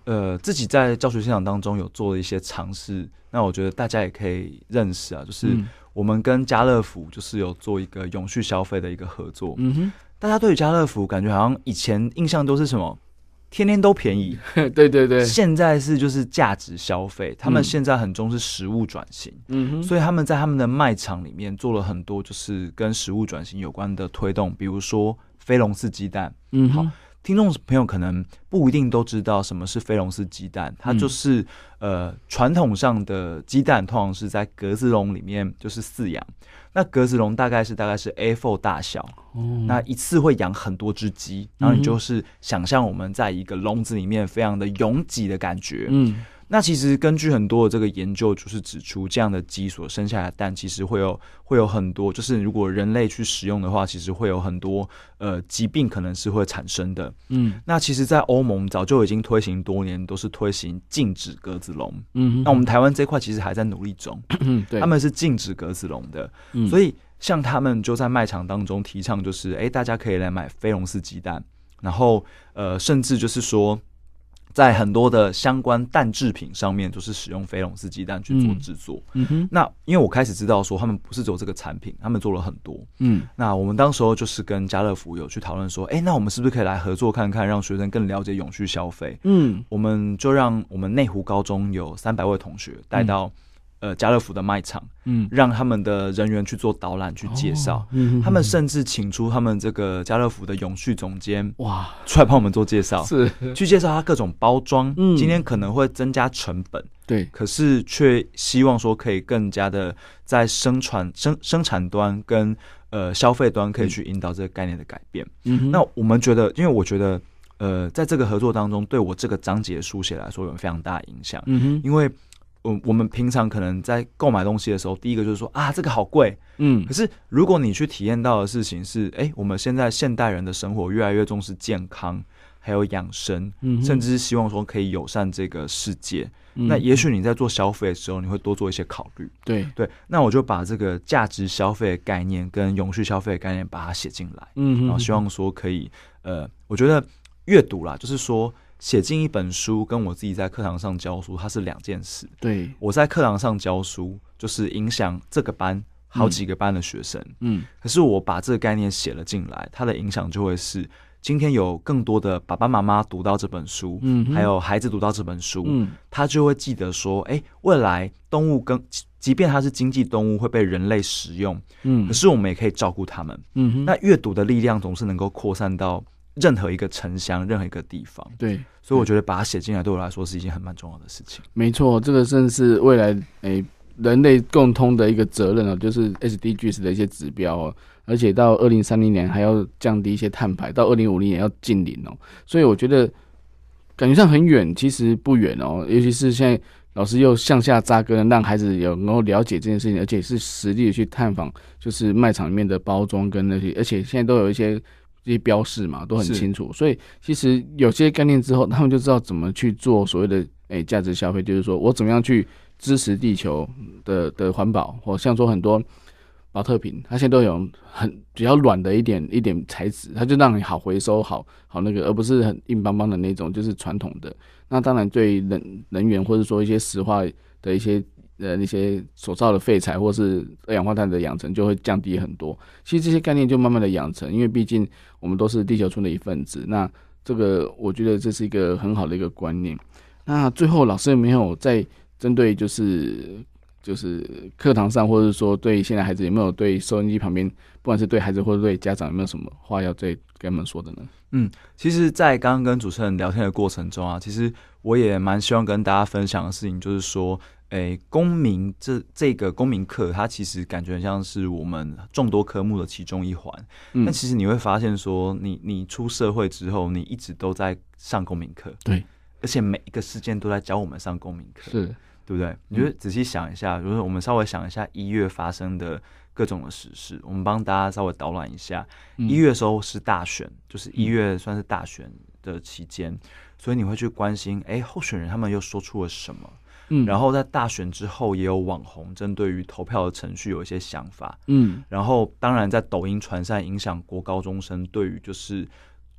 Speaker 3: 呃，自己在教学现场当中有做了一些尝试，那我觉得大家也可以认识啊，就是
Speaker 2: 嗯
Speaker 3: 我们跟家乐福就是有做一个永续消费的一个合作。
Speaker 2: 嗯
Speaker 3: 大家对于家乐福感觉好像以前印象都是什么，天天都便宜，
Speaker 2: 哼， (laughs) 对对
Speaker 3: (laughs)
Speaker 2: 对，
Speaker 3: 现在是就是价值消费，他们
Speaker 2: 嗯
Speaker 3: 现在很重视食物转型，
Speaker 2: 嗯哼，
Speaker 3: 所以他们在他们的卖场里面做了很多就是跟食物转型有关的推动，比如说非笼式鸡蛋。
Speaker 2: 嗯
Speaker 3: 好
Speaker 2: 哼，
Speaker 3: 听众朋友可能不一定都知道什么是非笼式鸡蛋，它
Speaker 2: 嗯
Speaker 3: 就是、呃传统上的鸡蛋通常是在格子笼里面就是饲养，那格子笼大概是大概是 A4 大小，
Speaker 2: 哦
Speaker 3: 那一次会养很多只鸡，然后
Speaker 2: 嗯哼
Speaker 3: 你就是想象我们在一个笼子里面非常的拥挤的感觉。
Speaker 2: 嗯
Speaker 3: 那其实根据很多的这个研究，就是指出这样的鸡所生下来的蛋，其实会有会有很多，就是如果人类去食用的话，其实会有很多呃疾病可能是会产生的。
Speaker 2: 嗯
Speaker 3: 那其实，在欧盟早就已经推行多年，都是推行禁止格子笼。
Speaker 2: 嗯哼，
Speaker 3: 那我们台湾这块其实还在努力中，
Speaker 2: 嗯对，
Speaker 3: 他们是禁止格子笼的。
Speaker 2: 嗯
Speaker 3: 所以像他们就在卖场当中提倡，就是哎、诶大家可以来买非笼式鸡蛋，然后呃，甚至就是说，在很多的相关蛋制品上面，就是使用非笼式鸡蛋去做
Speaker 2: 嗯
Speaker 3: 制作。
Speaker 2: 嗯哼，
Speaker 3: 那因为我开始知道说，他们不是只有这个产品，他们做了很多。
Speaker 2: 嗯
Speaker 3: 那我们当时候就是跟家乐福有去讨论说，哎、那我们是不是可以来合作看看，让学生更了解永续消费？
Speaker 2: 嗯
Speaker 3: 我们就让我们内湖高中有三百位同学带到、呃家乐福的卖场，
Speaker 2: 嗯，
Speaker 3: 让他们的人员去做导览、去介绍。
Speaker 2: 哦，嗯哼
Speaker 3: 他们甚至请出他们这个家乐福的永续总监
Speaker 2: 哇，
Speaker 3: 出来帮我们做介绍，
Speaker 2: 是，
Speaker 3: 去介绍他各种包装。
Speaker 2: 嗯
Speaker 3: 今天可能会增加成本，
Speaker 2: 对，
Speaker 3: 可是却希望说可以更加的在生产生生产端跟呃消费端可以去引导这个概念的改变。
Speaker 2: 嗯哼，
Speaker 3: 那我们觉得，因为我觉得，呃，在这个合作当中，对我这个章节书写来说有非常大的影响，
Speaker 2: 嗯哼，
Speaker 3: 因为。呃我我们平常可能在购买东西的时候，第一个就是说啊，这个好贵。
Speaker 2: 嗯
Speaker 3: 可是如果你去体验到的事情是，哎、我们现在现代人的生活越来越重视健康，还有养生，
Speaker 2: 嗯哼，
Speaker 3: 甚至是希望说可以友善这个世界。
Speaker 2: 嗯
Speaker 3: 那也许你在做消费的时候，你会多做一些考虑。
Speaker 2: 对，
Speaker 3: 对，那我就把这个价值消费的概念跟永续消费的概念把它写进来。
Speaker 2: 嗯哼，
Speaker 3: 然后希望说可以，呃，我觉得阅读啦，就是说写进一本书跟我自己在课堂上教书，它是两件事。
Speaker 2: 对，
Speaker 3: 我在课堂上教书，就是影响这个班好几个班的学生，
Speaker 2: 嗯
Speaker 3: 可是我把这个概念写了进来，它的影响就会是今天有更多的爸爸妈妈读到这本书，
Speaker 2: 嗯哼
Speaker 3: 还有孩子读到这本书，
Speaker 2: 嗯
Speaker 3: 他就会记得说，哎、未来动物跟即即便它是经济动物会被人类食用，
Speaker 2: 嗯
Speaker 3: 可是我们也可以照顾它们。
Speaker 2: 嗯哼，
Speaker 3: 那阅读的力量总是能够扩散到任何一个城乡、任何一个地方，
Speaker 2: 对，
Speaker 3: 所以我觉得把它写进来对我来说是一件很蛮重要的事情。
Speaker 2: 没错，这个正是未来诶、人类共通的一个责任哦，就是 SDGs 的一些指标哦，而且到二零三零年还要降低一些碳排，到二零五零年要近零哦，所以我觉得感觉上很远，其实不远哦，尤其是现在老师又向下扎根，让孩子有能够了解这件事情，而且是实地地去探访，就是卖场里面的包装跟那些，而且现在都有一些。这些标示嘛都很
Speaker 3: 是
Speaker 2: 清楚，所以其实有些概念之后，他们就知道怎么去做所谓的诶价、值消费，就是说我怎么样去支持地球的的环保，或像说很多保特瓶，它现在都有很比较软的一点一点材质，它就让你好回收好好那个，而不是很硬邦邦的那种，就是传统的。那当然对能能源或者说一些石化的一些呃那些所造的废材或是二氧化碳的养成就会降低很多。其实这些概念就慢慢的养成，因为毕竟我们都是地球村的一份子。那这个我觉得这是一个很好的一个观念。那最后老师有没有在针对就是就是课堂上，或者说对现在孩子有没有对收音机旁边，不管是对孩子或者对家长有没有什么话要对跟他们说的呢？
Speaker 3: 其实，在刚刚跟主持人聊天的过程中啊，其实我也蛮希望跟大家分享的事情，就是说，诶，公民这这个公民课，它其实感觉像是我们众多科目的其中一环。
Speaker 2: 嗯
Speaker 3: 但，其实你会发现说，你你出社会之后，你一直都在上公民课，
Speaker 2: 对，
Speaker 3: 而且每一个事件都在教我们上公民课，
Speaker 2: 是，
Speaker 3: 对不对？
Speaker 2: 嗯
Speaker 3: 你就仔细想一下，如果我们稍微想一下一月发生的各种的时事，我们帮大家稍微导览一下。
Speaker 2: 嗯
Speaker 3: 一月的时候是大选，就是一月算是大选的期间，所以你会去关心，哎，候选人他们又说出了什么？
Speaker 2: 嗯，
Speaker 3: 然
Speaker 2: 后，
Speaker 3: 后在大选之后，也有网红针对于投票的程序有一些想法。
Speaker 2: 嗯，
Speaker 3: 然后，当然在抖音传散影响国高中生对于就是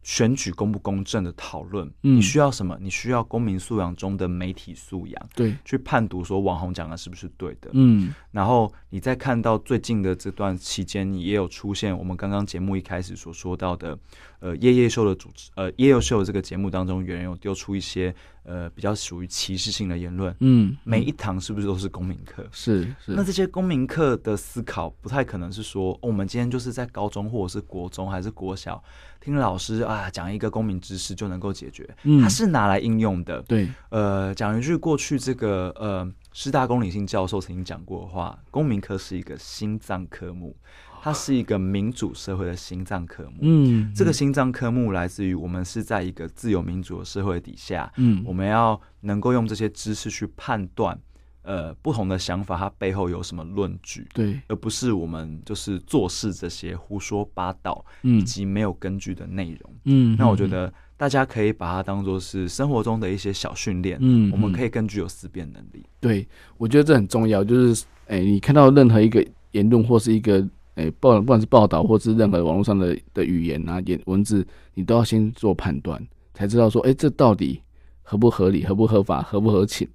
Speaker 3: 选举公不公正的讨论。
Speaker 2: 嗯
Speaker 3: 你需要什么？你需要公民素养中的媒体素养，
Speaker 2: 对，
Speaker 3: 去判读说网红讲的是不是对的。
Speaker 2: 嗯，
Speaker 3: 然后你再看到最近的这段期间，也有出现我们刚刚节目一开始所说到的，呃，夜夜秀的主持，呃，夜夜秀的这个节目当中，有人有丢出一些呃比较属于歧视性的言论。
Speaker 2: 嗯，
Speaker 3: 每一堂是不是都是公民课？
Speaker 2: 是是，
Speaker 3: 那这些公民课的思考不太可能是说、哦我们今天就是在高中或者是国中还是国小听老师啊讲一个公民知识就能够解决，
Speaker 2: 嗯
Speaker 3: 它是拿来应用的。
Speaker 2: 对，
Speaker 3: 呃，讲一句过去这个呃师大公理性教授曾经讲过的话，公民科是一个心脏科目，它是一个民主社会的心脏科目。
Speaker 2: 嗯，
Speaker 3: 这个，心脏科目来自于我们是在一个自由民主的社会底下，
Speaker 2: 嗯，
Speaker 3: 我们要能够用这些知识去判断，呃，不同的想法它背后有什么论据，
Speaker 2: 对，
Speaker 3: 而不是我们就是做事这些胡说八道以
Speaker 2: 嗯
Speaker 3: 及没有根据的内容。
Speaker 2: 嗯，
Speaker 3: 那我觉，得大家可以把它当做是生活中的一些小训练，
Speaker 2: 嗯，
Speaker 3: 我们
Speaker 2: 以。
Speaker 3: 可以更具有思辨能力。
Speaker 2: 对，我觉得这很重要，就是诶、你看到任何一个言论或是一个诶、报，不管是报道或是任何网络上的的语言啊、言文字，你都要先做判断，才知道说，诶、这到底合不合理、合不合法、合不合情。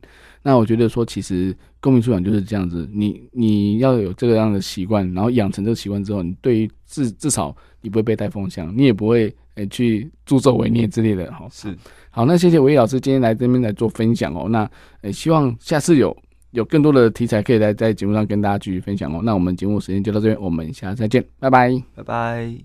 Speaker 2: 那我觉得说，其实公民素养就是这样子，你你要有这个样的习惯，然后养成这个习惯之后，你对于至至少你不会被带风向，你也不会诶、去助纣为虐之类的，好
Speaker 3: 是，
Speaker 2: 好，那谢谢维老师今天来这边来做分享哦。那呃，希望下次有有更多的题材可以来在节目上跟大家继续分享哦。那我们节目时间就到这边，我们下次再见，拜拜。
Speaker 3: 拜拜。